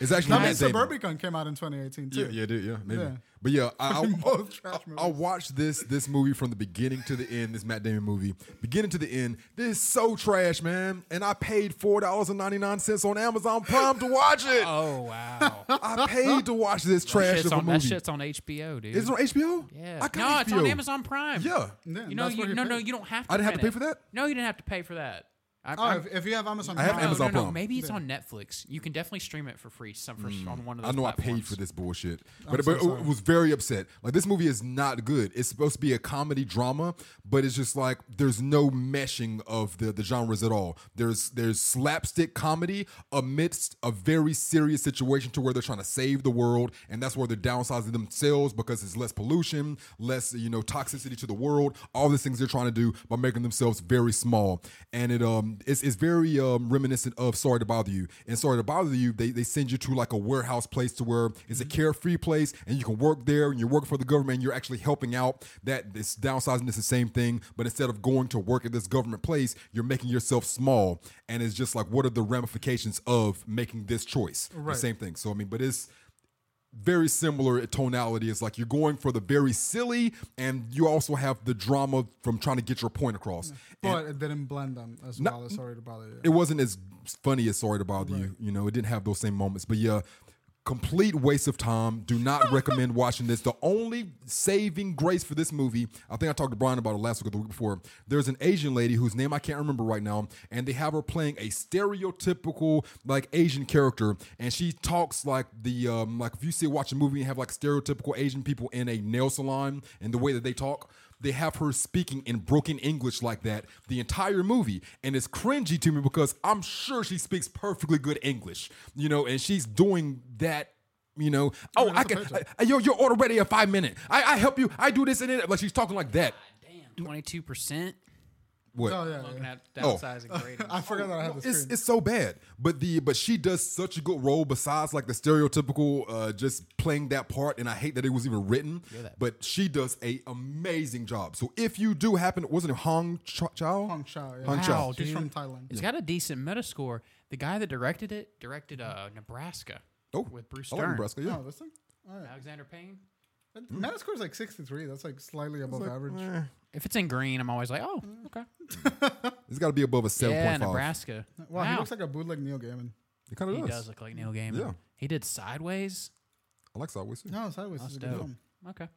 It's actually That Matt means Damon. Suburbicon came out in 2018 too. Yeah, yeah, dude, yeah, maybe. Yeah. But yeah, I, [laughs] I, Both I, trash I watched this this movie from the beginning to the end. This Matt Damon movie, beginning to the end. This is so trash, man. And I paid four dollars and ninety nine cents on Amazon Prime to watch it. Oh wow, I paid to watch this trash shit's of a on, that movie. shit's on HBO, dude. Is it on HBO? yeah, I no, got it's HBO. on Amazon Prime. Yeah, Yeah, you know, that's you, what no, no, paid. you don't have. to I didn't have to rent pay for that? No, you didn't have to pay for that. I, Oh, if, if you have Amazon, I have Prime, no, Amazon Oh, no, no, Prime. Hmm. Maybe it's on Netflix. You can definitely stream it for free. Some for, on one of I those know I paid platforms. for this bullshit, but, so but sorry. it was very upset. Like this movie is not good. It's supposed to be a comedy drama, but it's just like there's no meshing of the, the genres at all. There's there's slapstick comedy amidst a very serious situation to where they're trying to save the world, and that's where they're downsizing themselves because it's less pollution, less you know toxicity to the world. All these things they're trying to do by making themselves very small, and it um it's, it's very um reminiscent of Sorry to Bother You. And Sorry to Bother You, they they send you to like a warehouse place to where it's a carefree place, and you can work there, and you're working for the government, and you're actually helping out. That this downsizing is the same thing, but instead of going to work at this government place, you're making yourself small, and it's just like what are the ramifications of making this choice? Right. The same thing. So I mean, but it's very similar tonality. It's like you're going for the very silly, and you also have the drama from trying to get your point across. And but it didn't blend them as well. as Sorry to bother you. it wasn't as funny as Sorry to Bother You. You know, it didn't have those same moments. But yeah, complete waste of time. Do not recommend watching this. The only saving grace for this movie, I think I talked to Brian about it last week or the week before. There's an Asian lady whose name I can't remember right now, and they have her playing a stereotypical like Asian character, and she talks like the um, like if you see watch a movie and have like stereotypical Asian people in a nail salon and the way that they talk they have her speaking in broken English like that the entire movie. And it's cringy to me because I'm sure she speaks perfectly good English, you know, and she's doing that. You know, oh, I can. I, yo, you're already a five minute. I, I help you. I do this and it. Like she's talking like that. Damn, twenty two percent. What? Oh yeah, Looking yeah. at downsizing grading. [laughs] [laughs] I forgot that I had the It's, screen. it's so bad, but the but she does such a good role. Besides, like the stereotypical, uh, just playing that part, and I hate that it was even written. But she does a amazing job. So if you do happen, wasn't it Hong Ch- Chao? Hong Chao. Yeah. Hong Chao. Wow, She's from Thailand. It's got a decent Metascore. The guy that directed it directed uh, Nebraska. Oh, with Bruce I Stern, like Nebraska, yeah. Mm. Oh, this thing. All right. Alexander Payne. Metascore is like 63. That's like slightly above average. eh. If it's in green, I'm always like, oh, okay. It's got to be above a seven Yeah, point five. Nebraska. Wow, he looks like a bootleg Neil Gaiman. It kind of He does. does look like Neil Gaiman. Yeah. He did Sideways. I like Sideways. too. No, sideways is a good dope. film. Okay.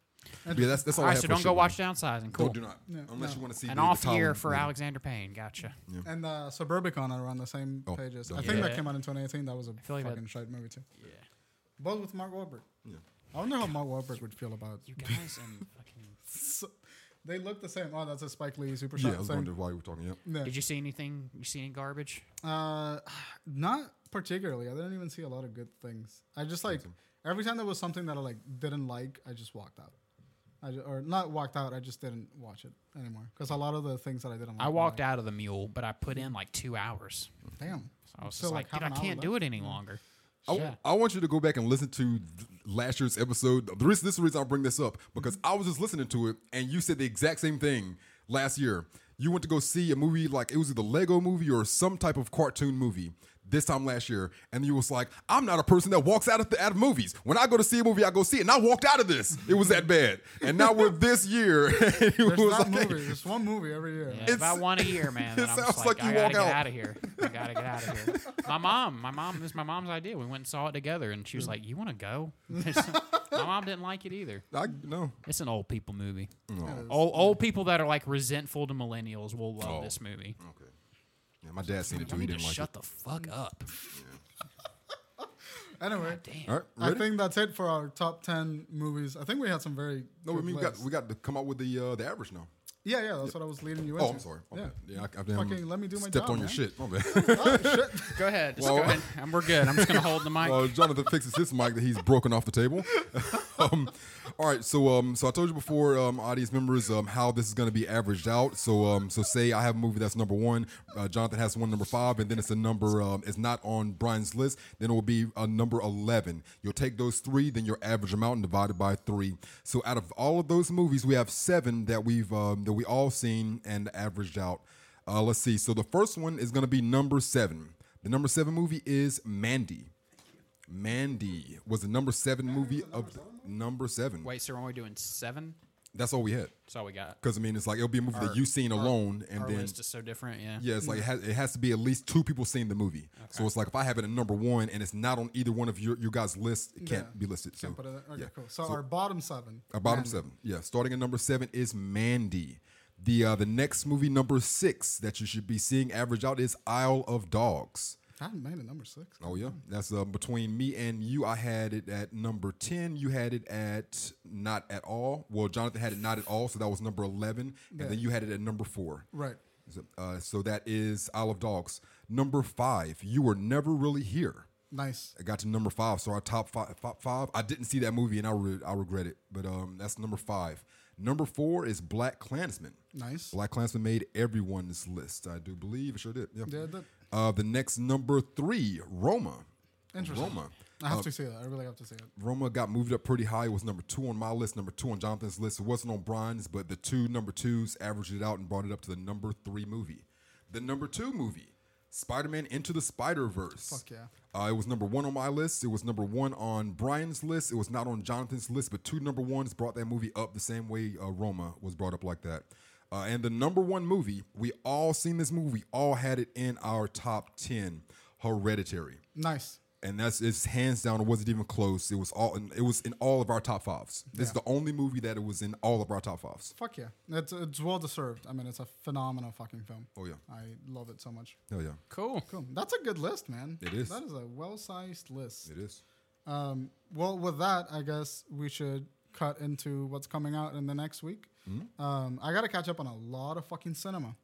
Yeah, that's that's all. All I right, have so for don't shit, go man. watch Downsizing. Cool. Don't do not. Unless you want to see An the- the off year Thailand for movie. Alexander Payne. Gotcha. And uh, Suburbicon are on the same Oh, pages. I don't think do that that. came out in 2018. That was a like that- fucking shite movie too. Yeah. Both with Mark Wahlberg. Yeah. I wonder how Mark Wahlberg would feel about. You guys and fucking. They look the same. Oh, that's a Spike Lee super Yeah, shot. I was thing. wondering why you were talking. Yeah. Yeah. Did you see anything? You see any garbage? Uh, [sighs] not particularly. I didn't even see a lot of good things. I just like every time there was something that I like didn't like, I just walked out. I ju- or not walked out. I just didn't watch it anymore because a lot of the things that I didn't. like I walked out of the mule, but I put in like two hours. Damn. So I was just like, dude, I can't do it [laughs] any longer. I, I want you to go back and listen to th- last year's episode. The reason, this is the reason I bring this up because I was just listening to it and you said the exact same thing last year. You went to go see a movie like it was the Lego movie or some type of cartoon movie. this time last year, and you was like, I'm not a person that walks out of the out of movies. When I go to see a movie, I go see it, and I walked out of this. It was that bad. And now [laughs] we're this year. [laughs] and it [laughs] There's was that like- movie. There's one movie every year. Yeah, about one a year, [laughs] man. Then it I'm just sounds like, like you I gotta walk get out. out of here. I gotta get out of here. [laughs] My mom, my mom, this is my mom's idea. We went and saw it together, and Mm. she was like, "You want to go?" [laughs] [laughs] my mom didn't like it either. I no. It's an old people movie. Old, old people that are like resentful to millennials will love Oh. this movie. Okay. Yeah, my dad seen it too. You He need to didn't like shut it. the fuck up. Anyway, All right, I ready? think that's it for our top ten movies. I think we had some very no, we, good mean, we got lists. we got to come up with the uh, the average now. yeah, yeah. That's what I was leading you into. Oh, I'm sorry. Okay. Yeah. Yeah, I, I damn Fucking let me do my stepped job, on your man. shit. My bad. Oh, shit. Go ahead. Just Well- go ahead. Um, we're good. I'm just gonna [laughs] hold the mic. Uh, Jonathan fixes his mic that he's broken off the table. [laughs] um, all right, so um, so I told you before, um, audience members, um, how this is going to be averaged out. So um, so say I have a movie that's number one, uh, Jonathan has one number five, and then it's a number um, it's not on Brian's list. Then it will be a number eleven. You'll take those three, then you'll average them out and divide it by three. So out of all of those movies, we have seven that we've um, that we all seen and averaged out. Uh, let's see. So the first one is going to be number seven. The number seven movie is Mandy. Mandy was the number seven movie of the, number seven. Wait, so are we doing seven? That's all we had. That's all we got. Because I mean, it's like it'll be a movie that you've seen alone, and Our then list is so different. Yeah. yeah, it's like it Mm-hmm. has, it has to be at least two people seeing the movie. So it's like if I have it at number one and it's not on either one of your, your guys' list, it can't Yeah. be listed. So But, uh, okay, yeah. cool. So, our bottom seven. Our bottom Mandy. seven. Yeah, starting at number seven is Mandy. The uh, the next movie number six that you should be seeing average out is Isle of Dogs. I made a number six. Oh yeah, that's uh, between me and you. I had it at number ten. You had it at not at all. Well, Jonathan had it not at all, so that was number eleven, and then you had it at number four. Right. So, uh, so that is Isle of Dogs. Number five, you were never really here. Nice. I got to number five, so our top five. Top five. I didn't see that movie, and I re- I regret it. But um, that's number five. Number four is Black Klansman. Nice. Black Klansman made everyone's list. I do believe it sure did. Yeah. Yeah, it did. Uh, the next number three, Roma. Interesting. Roma. I have to see that. I really have to see it. Roma got moved up pretty high. It was number two on my list, number two on Jonathan's list. It wasn't on Brian's, but the two number twos averaged it out and brought it up to the number three movie. The number two movie, Spider Man Into the Spider Verse. Fuck yeah. Uh, it was number one on my list. It was number one on Brian's list. It was not on Jonathan's list, but two number ones brought that movie up the same way uh, Roma was brought up like that. Uh, and the number one movie, we all seen this movie, we all had it in our top 10 Hereditary Nice. and that's it's hands down. It wasn't even close. It was all. In, it was in all of our top fives. This is the only movie that it was in all of our top fives. Fuck yeah. It's, it's well deserved. I mean, it's a phenomenal fucking film. Oh yeah, I love it so much. oh yeah, Cool. Cool. That's a good list, man. It is. That is a well sized list. it is. Um, well, with that, I guess we should cut into what's coming out in the next week. Mm-hmm. Um, I got to catch up on a lot of fucking cinema.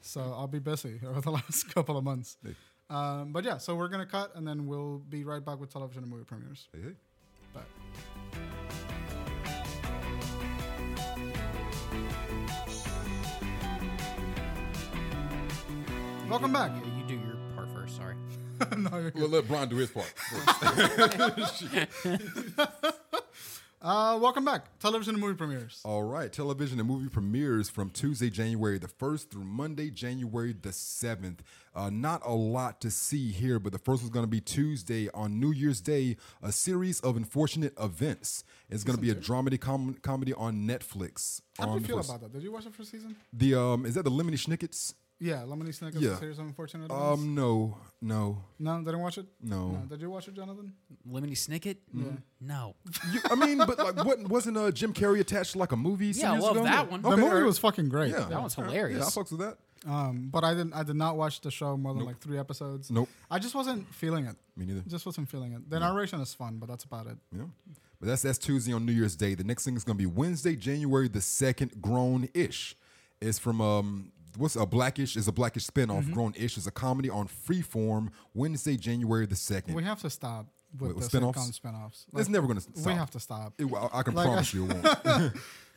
So I'll be busy [laughs] over the last couple of months. Um, but yeah, so we're going to cut and then we'll be right back with television and movie premieres. Hey, hey. Bye. Welcome back. You, you do your part first. Sorry. [laughs] no, you're Well, let Brian do his [laughs] part. Uh, welcome back. Television and movie premieres. all right, television and movie premieres from Tuesday, January the first through Monday, January the seventh. Uh, not a lot to see here, but the first one's going to be Tuesday on New Year's Day. A series of unfortunate events. It's going to be a dramedy com- comedy on Netflix. How on did the you feel first- about that? Did you watch the first season? the um? Is that the Lemony Snickets? Yeah, Lemony Snicket's Yeah. series of unfortunate events. Um, no, no, no, didn't watch it. Uh, no. did you watch it, Jonathan? Lemony Snicket? No. You- I mean, but like, what wasn't uh, Jim Carrey attached to like a movie? Yeah, I series love ago? that one. the Okay, movie alright. was fucking great. yeah, That one's Yeah, hilarious. I fucks with that. Um, but I didn't. I did not watch the show more than like three episodes. Nope. I just wasn't feeling it. Me neither. Just wasn't feeling it. The narration is fun, but that's about it. Yeah. But that's that's Tuesday on New Year's Day. The next thing is gonna be Wednesday, January the second. Grown ish. It's from um what's a blackish is a blackish spinoff. Mm-hmm. Grown ish is a comedy on Freeform. Wednesday, January the second. We have to stop with Wait, with the spin-offs? sitcom spinoffs. it's never gonna. we stop. have to [laughs] stop. It- I, I can Like, [laughs] promise you it won't. Hmm?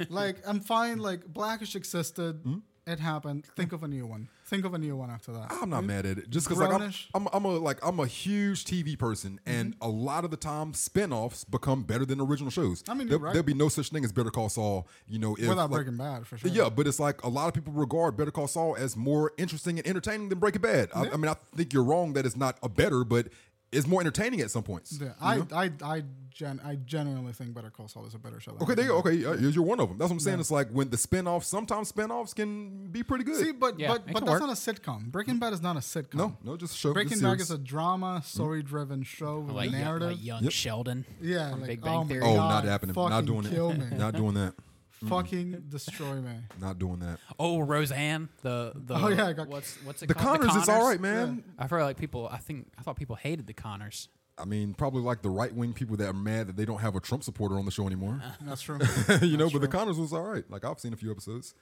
like I'm fine. Like Blackish existed. It happened. Think of a new one. Think of a new one after that. I'm not mad at it. Just because like I'm, Grownish. Mm-hmm. I'm, I'm a like I'm a huge TV person, and a lot of the time spin-offs become better than original shows. I mean, there, you're right. will be no such thing as Better Call Saul. You know, if, Without like- Breaking Bad, for sure. Yeah, but it's like a lot of people regard Better Call Saul as more interesting and entertaining than Breaking Bad. I, I mean, I think you're wrong that it's not a better, but it's more entertaining at some points. Yeah, I, I, I, gen, I genuinely think Better Call Saul is a better show. Than Okay, there you go. Breaking Okay, yeah, you're you're one of them. That's what I'm saying. It's like when the spin-offs, sometimes spin-offs can be pretty good. Bad. See, but Yeah, it but, but can that's work. not a sitcom. Breaking Bad is not a sitcom. no, no, just show. Breaking just Bad is series. Hmm? a drama, story-driven show with like, a young, narrative. like young Sheldon. yeah, from like, Big oh Bang my Theory. Oh, God, not happening. Not fucking doing kill [laughs] it. Mm. Me. Not doing that. fucking destroy me. Not doing that. Oh, Roseanne. The the Oh, yeah, I got- what's what's it The called? Connors, is all right, man. I've heard like people. I think I thought people hated the Connors. I mean, probably like the right wing people that are mad that they don't have a Trump supporter on the show anymore. That's true. [laughs] you know, but the Connors was all right. Like I've seen a few episodes.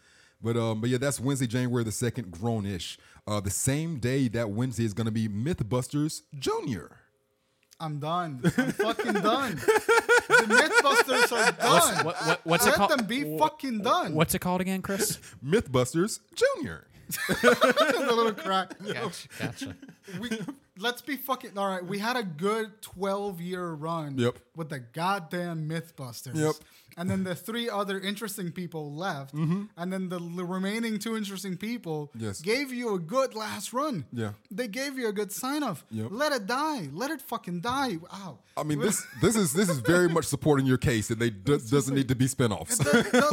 But um, but yeah, that's Wednesday, January the second, grown-ish. Uh, the same day that Wednesday is gonna be MythBusters Junior. I'm done. I'm fucking done. The Mythbusters are done. What, what what's it Let called? them be fucking done. [laughs] What's it called again, [laughs] Chris? MythBusters Junior. the little crack? gotcha. gotcha. We, let's be fucking all right. We had a good 12 year run Yep. with the goddamn Mythbusters. Yep. And then the three other interesting people left, and then the l- remaining two interesting people Mm-hmm. Yes. gave you a good last run. Yeah. they gave you a good sign off. Yep. Let it die. Let it fucking die. Ow. I [laughs] mean, this this is this is very much supporting your case that they do, doesn't need to be spinoffs.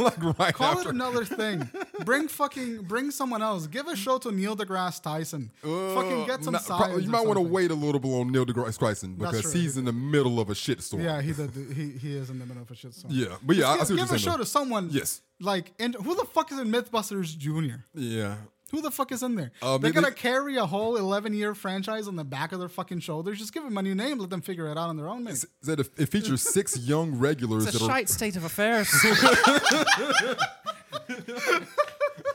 [laughs] like right Call after. it another [laughs] thing. bring fucking bring someone else. Give a show to Neil deGrasse Tyson. fucking get some Nah, science. prob- you or might want to something. wait a little bit on Neil deGrasse Tyson That's because true. he's in the middle of a shitstorm. Yeah, he did, he he is in the middle of a shit storm. Yeah, but yeah, I- I give, see what give a you're show saying. to though. someone. Yes. Like, and who the fuck is in MythBusters Junior? Yeah. Who the fuck is in there? Uh, They're maybe- gonna carry a whole eleven-year franchise on the back of their fucking shoulders. Just give them a new name. Let them figure it out on their own. Maybe. Is That it, it features [laughs] six young regulars It's a that are shite state of [laughs] affairs. Oh,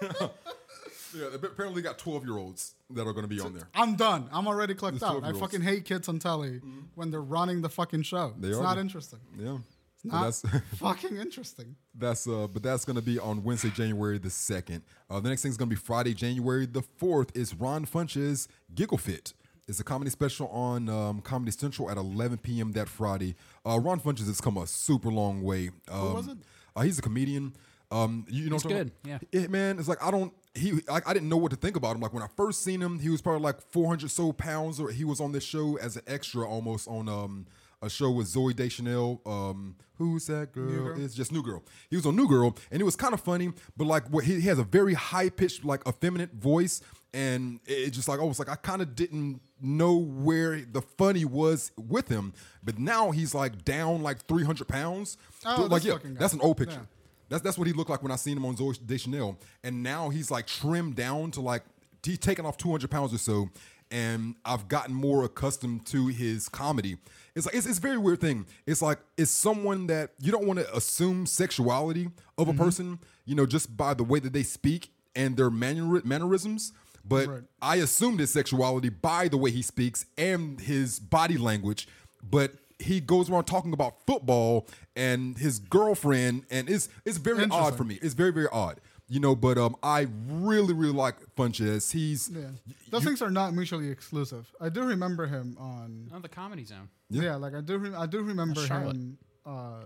yeah, they apparently got twelve year olds that are going to be on there. I'm done. I'm already clicked It's out. I 12-year-olds. fucking hate kids on telly when they're running the fucking show. Mm-hmm. They it's are. not interesting. Yeah, But Not that's [laughs] fucking interesting. that's uh, but that's going to be on Wednesday, January the second. Uh, the next thing is going to be Friday, January the fourth. Is Ron Funch's Giggle Fit. It's a comedy special on um, Comedy Central at 11 p.m. that Friday. Uh, Ron Funches has come a super long way. Um, Who was it? Uh, he's a comedian. Um, you know, He's what I'm talking good, about? It- man, it's like I don't. He like I didn't know what to think about him. Like when I first seen him, he was probably like 400 so pounds, or he was on this show as an extra almost on um a show with Zoe Deschanel. Um, who's that girl? It's just New Girl. He was on New Girl, and it was kind of funny, but like what he, he has a very high pitched like effeminate voice, and it, it just like almost like I kind of didn't know where the funny was with him, but now he's like down like 300 pounds. Oh, like this fucking guy. that's an old picture. Yeah. That's that's what he looked like when I seen him on Zoe Deschanel, and now he's like trimmed down to like he's taken off 200 pounds or so, and I've gotten more accustomed to his comedy. It's like it's, it's a very weird thing. It's like it's someone that you don't want to assume sexuality of a person, you know, just by the way that they speak and their manner, mannerisms. But Right. I assumed his sexuality by the way he speaks and his body language, but he goes around talking about football and his girlfriend, and it's it's very odd for me. It's very very odd, you know. But um, I really really like Funches. He's Yeah. Those things are not mutually exclusive. I do remember him on. oh, the comedy zone. Yeah, like I do. Re- I do remember Charlotte. him. Uh,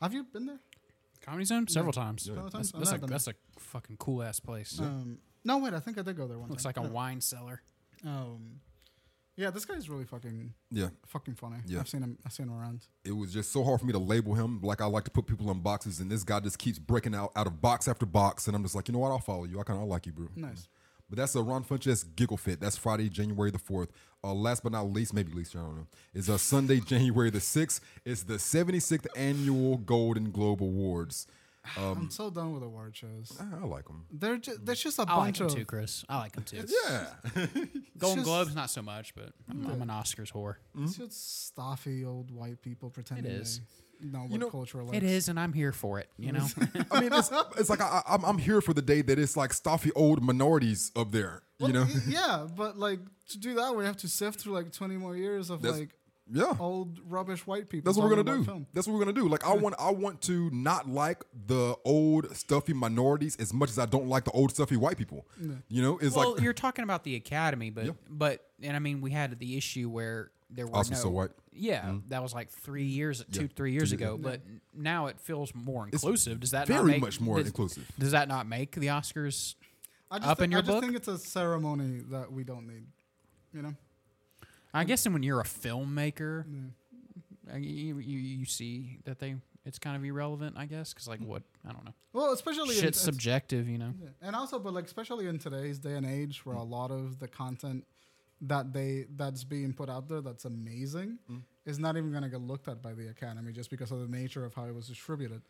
have you been there? Comedy zone several times. Several That's, times? I've that's not a been that's a fucking cool ass place. Um, no, wait. I think I did go there once. Looks like a wine cellar. Um, yeah, this guy's really fucking yeah. fucking funny. Yeah. I've seen him. I've seen him around. It was just so hard for me to label him. Like I like to put people in boxes, and this guy just keeps breaking out out of box after box, and I'm just like, you know what? I'll follow you. I kind of like you, bro. Nice. But that's a Ron Funches Giggle Fit. That's Friday, January the 4th. Uh, last but not least, maybe least, I don't know, is uh, Sunday, [laughs] January the 6th. It's the 76th Annual Golden Globe Awards. Um, I'm so done with award shows. I, I like them. They're just there's just a I like bunch them of too, Chris. I like them too. Yeah. Golden just- Globes, not so much, but I'm, I'm an Oscars whore. it's just stuffy old white people pretending is. they know what know, culture likes. It is, and I'm here for it. You know, I mean, it's, it's like I, I- I'm, I'm here for the day that it's like stuffy old minorities up there, you know? Yeah, but like to do that, we have to sift through like 20 more years of That's- like Yeah. [laughs] old rubbish white people. That's what we're talking gonna do. about film. That's what we're gonna do. Like I want, I want to not like the old stuffy minorities as much as I don't like the old stuffy white people. You know, it's Well, like you're talking about the academy, but but and I mean we had the issue where there were Us no was so white. Yeah, that was like three years, two three years ago. But now it feels more inclusive. Does that not very make- much more does- inclusive. Does that not make the Oscars? I just Up thi- in your I just book? think it's a ceremony that we don't need. You know, I guess and when you're a filmmaker, I- you, you you see that they it's kind of irrelevant. I guess because like what I don't know, well, especially in- shit's it's- subjective. You know, and also, but like especially in today's day and age, where a lot of the content that they that's being put out there that's amazing Mm. is not even gonna get looked at by the Academy just because of the nature of how it was distributed.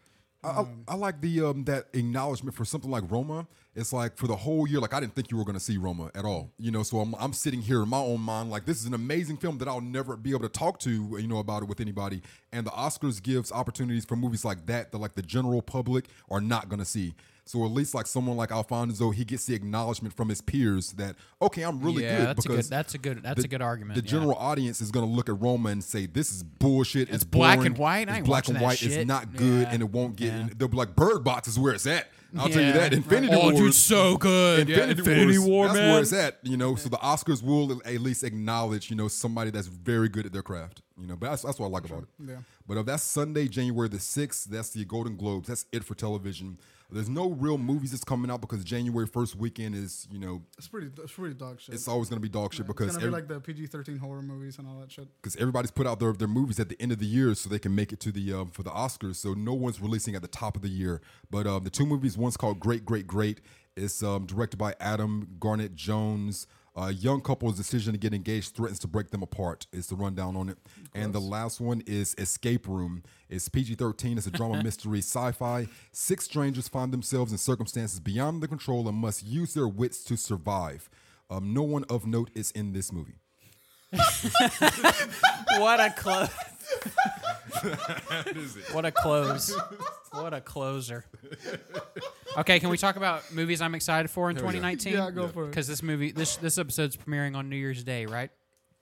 I, I, I like the um, that acknowledgement for something like Roma. It's like for the whole year, like I didn't think you were gonna see Roma at all. You know, so I'm, I'm sitting here in my own mind, like this is an amazing film that I'll never be able to talk to, you know, about it with anybody. And the Oscars gives opportunities for movies like that that like the general public are not gonna see. So at least like someone like Alfonso, he gets the acknowledgement from his peers that okay, I'm really yeah, good. that's a good because that's a good that's the- a good argument. the yeah. general audience is going to look at Roma and say, "This is bullshit. It's, black boring, and white, I It's ain't black watching and that white. It's shit." not good, Yeah. and it won't get." in They'll be like, "Bird Box is where it's at." I'll tell you Yeah. that. Infinity Oh, War. dude, so good. Yeah, Infinity, Infinity Wars, War, That's man. where it's at. You know, so the Oscars will at least acknowledge, you know, somebody that's very good at their craft. You know, but that's, that's what I like about it. Yeah. But if that's Sunday, January the sixth, that's the Golden Globes. That's it for television. There's no real movies that's coming out because January first weekend is, you know, It's pretty, it's pretty dog shit. it's always going to be dog shit because it's gonna every- be like the PG thirteen horror movies and all that shit. because everybody's put out their, their movies at the end of the year so they can make it to the um, for the Oscars. So no one's releasing at the top of the year. But um, the two movies, one's called Great Great Great. It's um, directed by Adam Garnett Jones. A young couple's decision to get engaged threatens to break them apart. Is the rundown on it. And the last one is Escape Room. It's PG 13. It's a drama, mystery, sci fi. Six strangers find themselves in circumstances beyond their control and must use their wits to survive. Um, no one of note is in this movie. what a [laughs] close. What a close. What a closer. Okay, can we talk about movies I'm excited for in 2019? Yeah, go for it. Because this movie, this this episode's premiering on New Year's Day, right?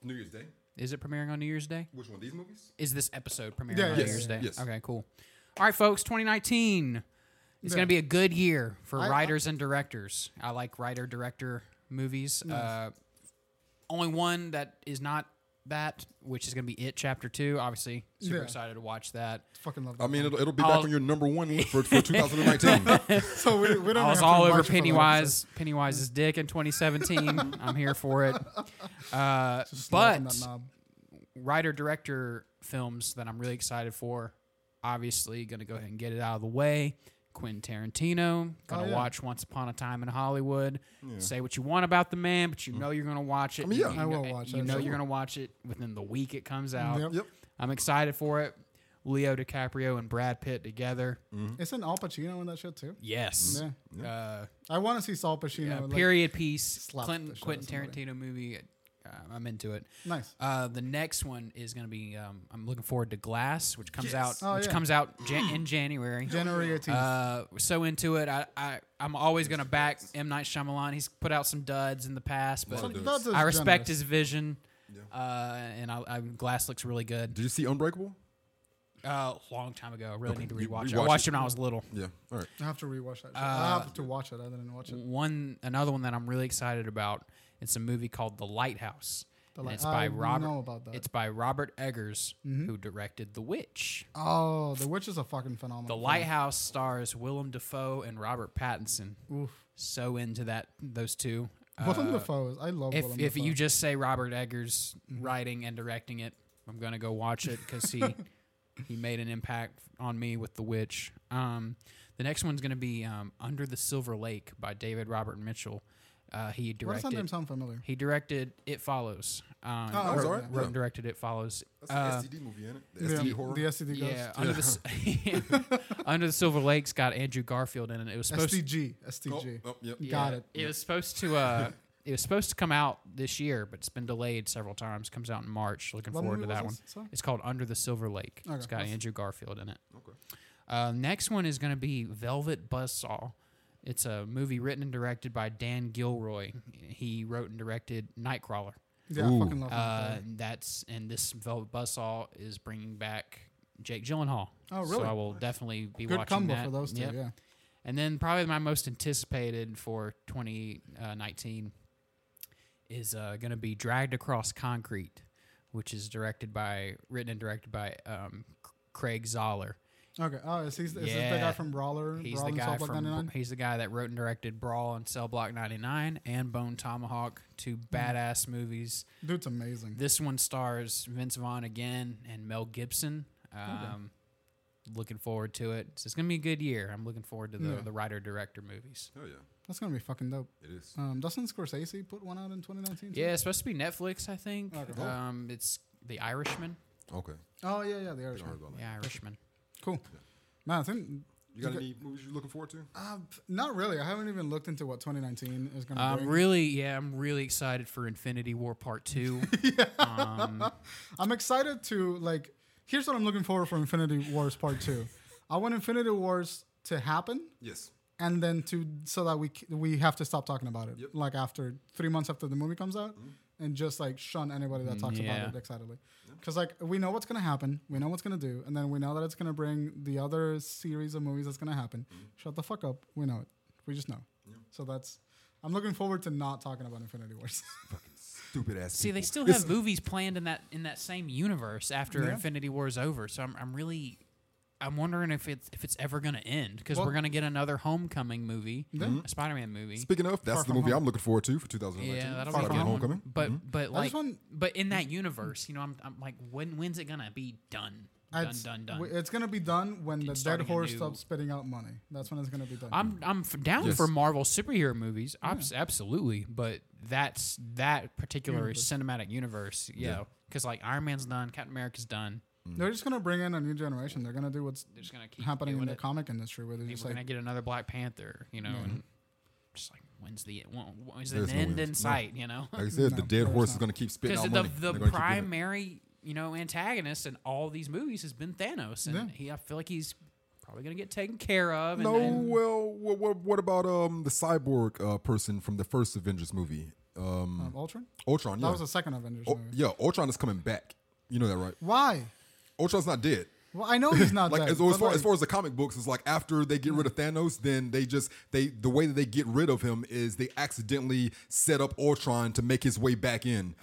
New Year's Day. Is it premiering on New Year's Day? Which one? These movies? Is this episode premiering Yeah, on yes, New Year's Day? yes. Okay, cool. All right, folks, 2019. It's Yeah. going to be a good year for I- I- writers and directors. I like writer director movies. Uh, only one that is not that, which is going to be It Chapter 2. Obviously, super Yeah. excited to watch that. Fucking love. That I mean, film. it'll, it'll be I'll- back on your number one for, for [laughs] 2019. so we, we don't. I have was to all watch over it for that episode. Pennywise, Pennywise's dick in [laughs] 2017. I'm here for it. Uh, Just but locking that knob. writer director films that I'm really excited for. Obviously, going to go ahead and get it out of the way. Quentin Tarantino. Going Oh, to yeah. watch Once Upon a Time in Hollywood. Say what you want about the man, but you know you're going to watch it. mean, You- yeah. you Mm. I will know- watch You it, know sure. you're going to watch it within the week it comes out. Yep. yep. I'm excited for it. Leo DiCaprio and Brad Pitt together. Isn't Al Pacino in that shit too? Yes. Mm. Yeah. Uh, I want to see Saul Pacino. yeah, like- period piece. slap Clinton, the shit out of Quentin Tarantino movie. Uh, I'm into it. Nice. Uh, the next one is going to be. Um, I'm looking forward to Glass, which comes out, Oh, which yeah. comes out Jan- in January. January 18th. Uh, so into it. I, I I'm always going to back M Night Shyamalan. He's put out some duds in the past, but So dudes. that's I respect generous. his vision. Uh, and I, I, Glass looks really good. Did you see Unbreakable? Uh, long time ago, I really need to you rewatch it. rewatch I watched it. it when I was little. Yeah. All right. I have to rewatch that. shit. I have to watch it. I didn't watch Mm. it. One another one that I'm really excited about. It's a movie called The Lighthouse. and Light- it's by I Robert. know about that. Mm-hmm. It's by Robert Eggers, who directed The Witch. Oh, The Witch is a fucking phenomenal. The film. Lighthouse stars Willem Dafoe and Robert Pattinson. Oof. So into that those two. Willem Uh, Dafoe is. I love if Willem if Dafoe. Mm-hmm. you just say Robert Eggers writing and directing it, I'm gonna go watch it because [laughs] he he made an impact on me with The Witch. Um, the next one's gonna be um, Under the Silver Lake by David Robert Mitchell. Uh, he Why does that name directed. sound familiar? He directed It Follows. Oh, Um, that's wrote- alright. wrote Yeah. and directed It Follows. Uh, STD movie, ain't it? The Yeah, STD horror. The STD Ghost. yeah, under the S- [laughs] [laughs] under the silver lake's got Andrew Garfield in it. It was supposed to, STG. Oh, STG. oh, yep. yeah, Got it. It was supposed [laughs] to uh, it was supposed to come out this year, but it's been delayed several times. Comes out in March. Looking What forward to movie that was one. this? Sorry? It's called Under the Silver Lake. It's Okay. got That's- Andrew Garfield in it. Okay. Uh, next one is going to be Velvet Buzzsaw. It's a movie written and directed by Dan Gilroy. He wrote and directed Nightcrawler. Yeah, I Ooh. fucking love Uh, Matt that's and this Velvet Buzzsaw is bringing back Jake Gyllenhaal. Oh, So really? I will definitely be Good watching combo that. for those two. Yep. Yeah. And then probably my most anticipated for 2019 is uh, going to be Dragged Across Concrete, which is directed by, written and directed by um, C- Craig Zoller. Okay. Oh, is, he, is this the guy Yeah. from Brawler? He's Brawl the and guy Cell Block from 99? he's the guy that wrote and directed Brawl and Cell Block 99 and Bone Tomahawk, two Mm. badass movies. Dude's amazing. This one stars Vince Vaughn again and Mel Gibson. Um, Looking forward to it. So it's gonna be a good year. I'm looking forward to the, Yeah. the writer director movies. Hell yeah, That's gonna be fucking dope. it is. Um, doesn't Scorsese put one out in 2019? too? Yeah, it's supposed to be Netflix, I think. Okay. Um, it's The Irishman. Okay, Oh yeah, yeah, the Irishman. don't worry about The that. Irishman. Cool. Man, I think You got any movies you're looking forward to? uh, not really. I haven't even looked into what 2019 is gonna I'm bring. really, yeah, I'm really excited for Infinity War [laughs] Part Two. um, I'm excited to like. Here's what I'm looking forward for Infinity Wars Part Two. I want Infinity Wars to happen, Yes. and then to so that we c- we have to stop talking about it. Yep. Like after three months after the movie comes out, and just like shun anybody that talks yeah. about it excitedly, because like we know what's gonna happen, we know what's gonna do, and then we know that it's gonna bring the other series of movies that's gonna happen. Shut the fuck up. We know it. We just know. So that's. I'm looking forward to not talking about Infinity Wars. [laughs] Stupid ass. see, they people. still It's- have movies planned in that in that same universe after Yeah. Infinity War is over. So I'm, I'm really, I'm wondering if it's if it's ever gonna end because Well- we're gonna get another Homecoming movie, a Spider-Man movie. Speaking of, Far that's the From movie Home. I'm looking forward to for 2019. yeah, that'll Far be a From good one. Homecoming. But but like want- but in Mm-hmm. that universe, you know, I'm, I'm like, when when's it gonna be done? Done, It's- done, done. w- It's gonna be done when the dead starting a horse new- stops spitting out money. That's when it's gonna be done. I'm I'm f- down Yes. for Marvel superhero movies, abs- absolutely. But that's that particular cinematic universe, you Yeah. know, because like Iron Man's done, Captain America's done. They're just gonna bring in a new generation. They're gonna do what's They're just gonna keep happening in doing the it. comic industry, where they're Maybe just we're like, gonna get another Black Panther, you know, and just like when's the when- when's the Mm-hmm. There's no end end. in No. sight, you know? Like I said, the dead there's horse is not. going to keep spitting Because out the money. They're the gonna keep doing it. primary you know antagonist in all these movies has been Thanos, and Yeah. he I feel like he's probably gonna get taken care of. And, No, and- well, what, what, what about um the cyborg uh, person from the first Avengers movie? Um, um, Ultron. Ultron. That yeah. was the second Avengers Oh, movie. yeah, Ultron is coming back. You know that, right? Why? Ultron's not dead. Well, I know he's not Like dead, Mm-hmm. as, as but, far like, as far as the comic books, it's like after they get rid of Thanos, then they just they the way that they get rid of him is they accidentally set up Ultron to make his way back in.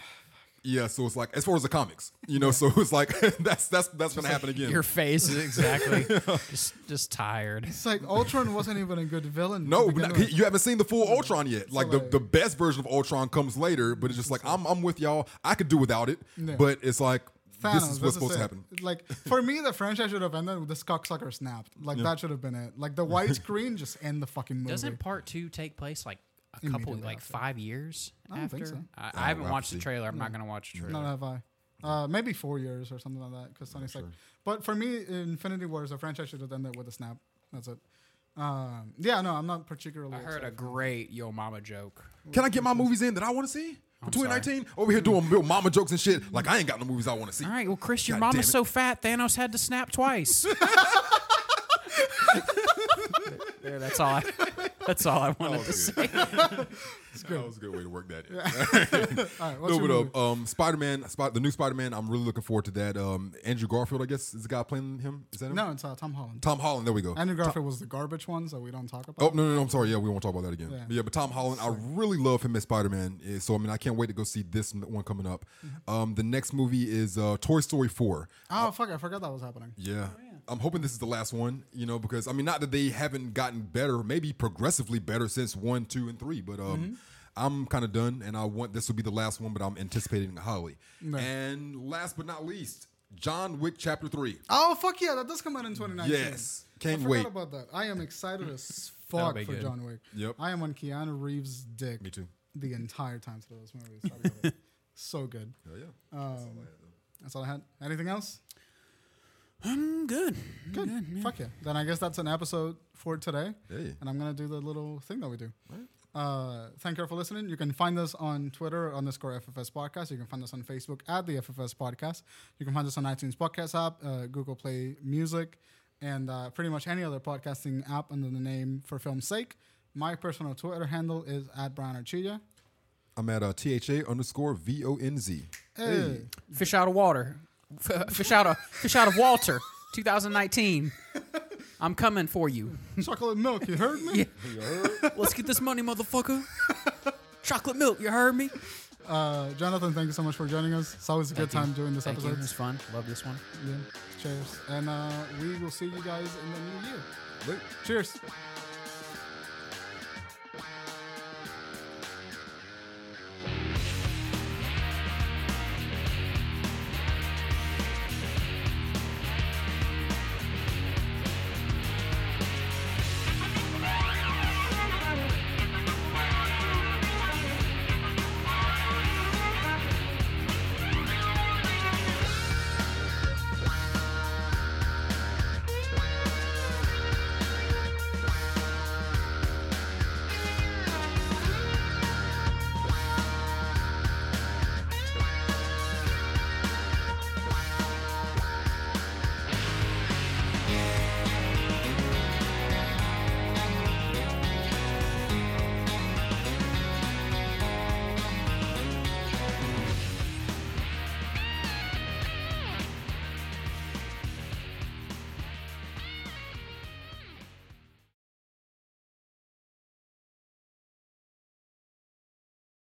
Yeah, so it's like as far as the comics, you know, so it's like [laughs] that's that's that's gonna happen again. [laughs] Your face is exactly just just tired. it's like Ultron wasn't even a good villain. to No, begin but not- with. he- you haven't seen the full Ultron yet. Like Mm-hmm. like- the, the best version of Ultron comes later, but it's just like I'm I'm with y'all. I could do without it, Yeah. but it's like Thanos, this is that's what's supposed it. to happen. Like for me, the franchise should have ended with this cocksucker snapped. Like that should have been it. Like the [laughs] widescreen just end the fucking movie. Doesn't part two take place like a couple, Immediately like after. five years I don't after? think so. I, we'll I haven't have to watched the see. trailer. I'm not gonna watch the trailer. Not have I. Uh, maybe four years or something like that. Because Sony's like, but for me, Infinity War is a franchise should have ended with a snap. That's it. Um, yeah, no, I'm not particularly. I heard a excited. great Yo Mama joke. Can I get my movies in that I want to see? For 2019, over here doing Mm-hmm. little mama jokes and shit. Like I ain't got no movies I want to see. All right, well, Chris, your God damn mama's it. so fat, Thanos had to [laughs] snap twice. there, that's all. I, that's all I Oh, wanted to say. That was a good way to work that. [laughs] In. All right, what's No, your but movie? uh, um, Spider-Man, Spot, the new Spider-Man. I'm really looking forward to that. Um, Andrew Garfield, I guess, is the guy playing him. Is that him? no, it's uh, Tom Holland. Tom Holland. There we go. Andrew Garfield was the garbage one, so we don't talk about. Oh no, no, no! I'm sorry. Yeah, we won't talk about that again. Yeah. Yeah, but Tom Holland, I really love him as Spider-Man. eh, So I mean, I can't wait to go see this m- one coming up. Mm-hmm. Um, the next movie is uh, Toy Story 4. Oh fuck! I forgot that was happening. Yeah. I'm hoping this is the last one, you know, because I mean, not that they haven't gotten better, maybe progressively better since one, two, and three, but um, I'm kind of done, and I want this will be the last one, but I'm anticipating highly. And last but not least, John Wick Chapter Three. Oh fuck yeah! That does come out in 2019. Yes, I can't forgot wait. about that. I am excited as [laughs] fuck be for good. John Wick. Yep. I am on Keanu Reeves' dick. Me too. The entire time through those movies. I love [laughs] it. so good. Hell yeah. That's all I had. Anything else? I'm good. Good. Fuck yeah. Then I guess that's an episode for today. Hey. And I'm going to do the little thing that we do. Uh, thank you all for listening. You can find us on Twitter underscore FFS Podcast. You can find us on Facebook at the FFS Podcast. You can find us on iTunes Podcast app, uh, Google Play Music, and uh, pretty much any other podcasting app under the name For Film's Sake. My personal Twitter handle is at Brian Archilla. I'm at uh, THA underscore V O N Z. Hey. Fish out of water. F- uh, Fish out of fish out of Walter. 2019. I'm coming for you. Chocolate milk, you heard me? Let's get this money, motherfucker. Chocolate milk. You heard me. Uh, Jonathan, thank you so much for joining us. It's always a good Thank time you. doing this Thank you. episode. It was fun. Love this one. Yeah. Cheers. And uh, we will see you guys in the new year. Look. Cheers.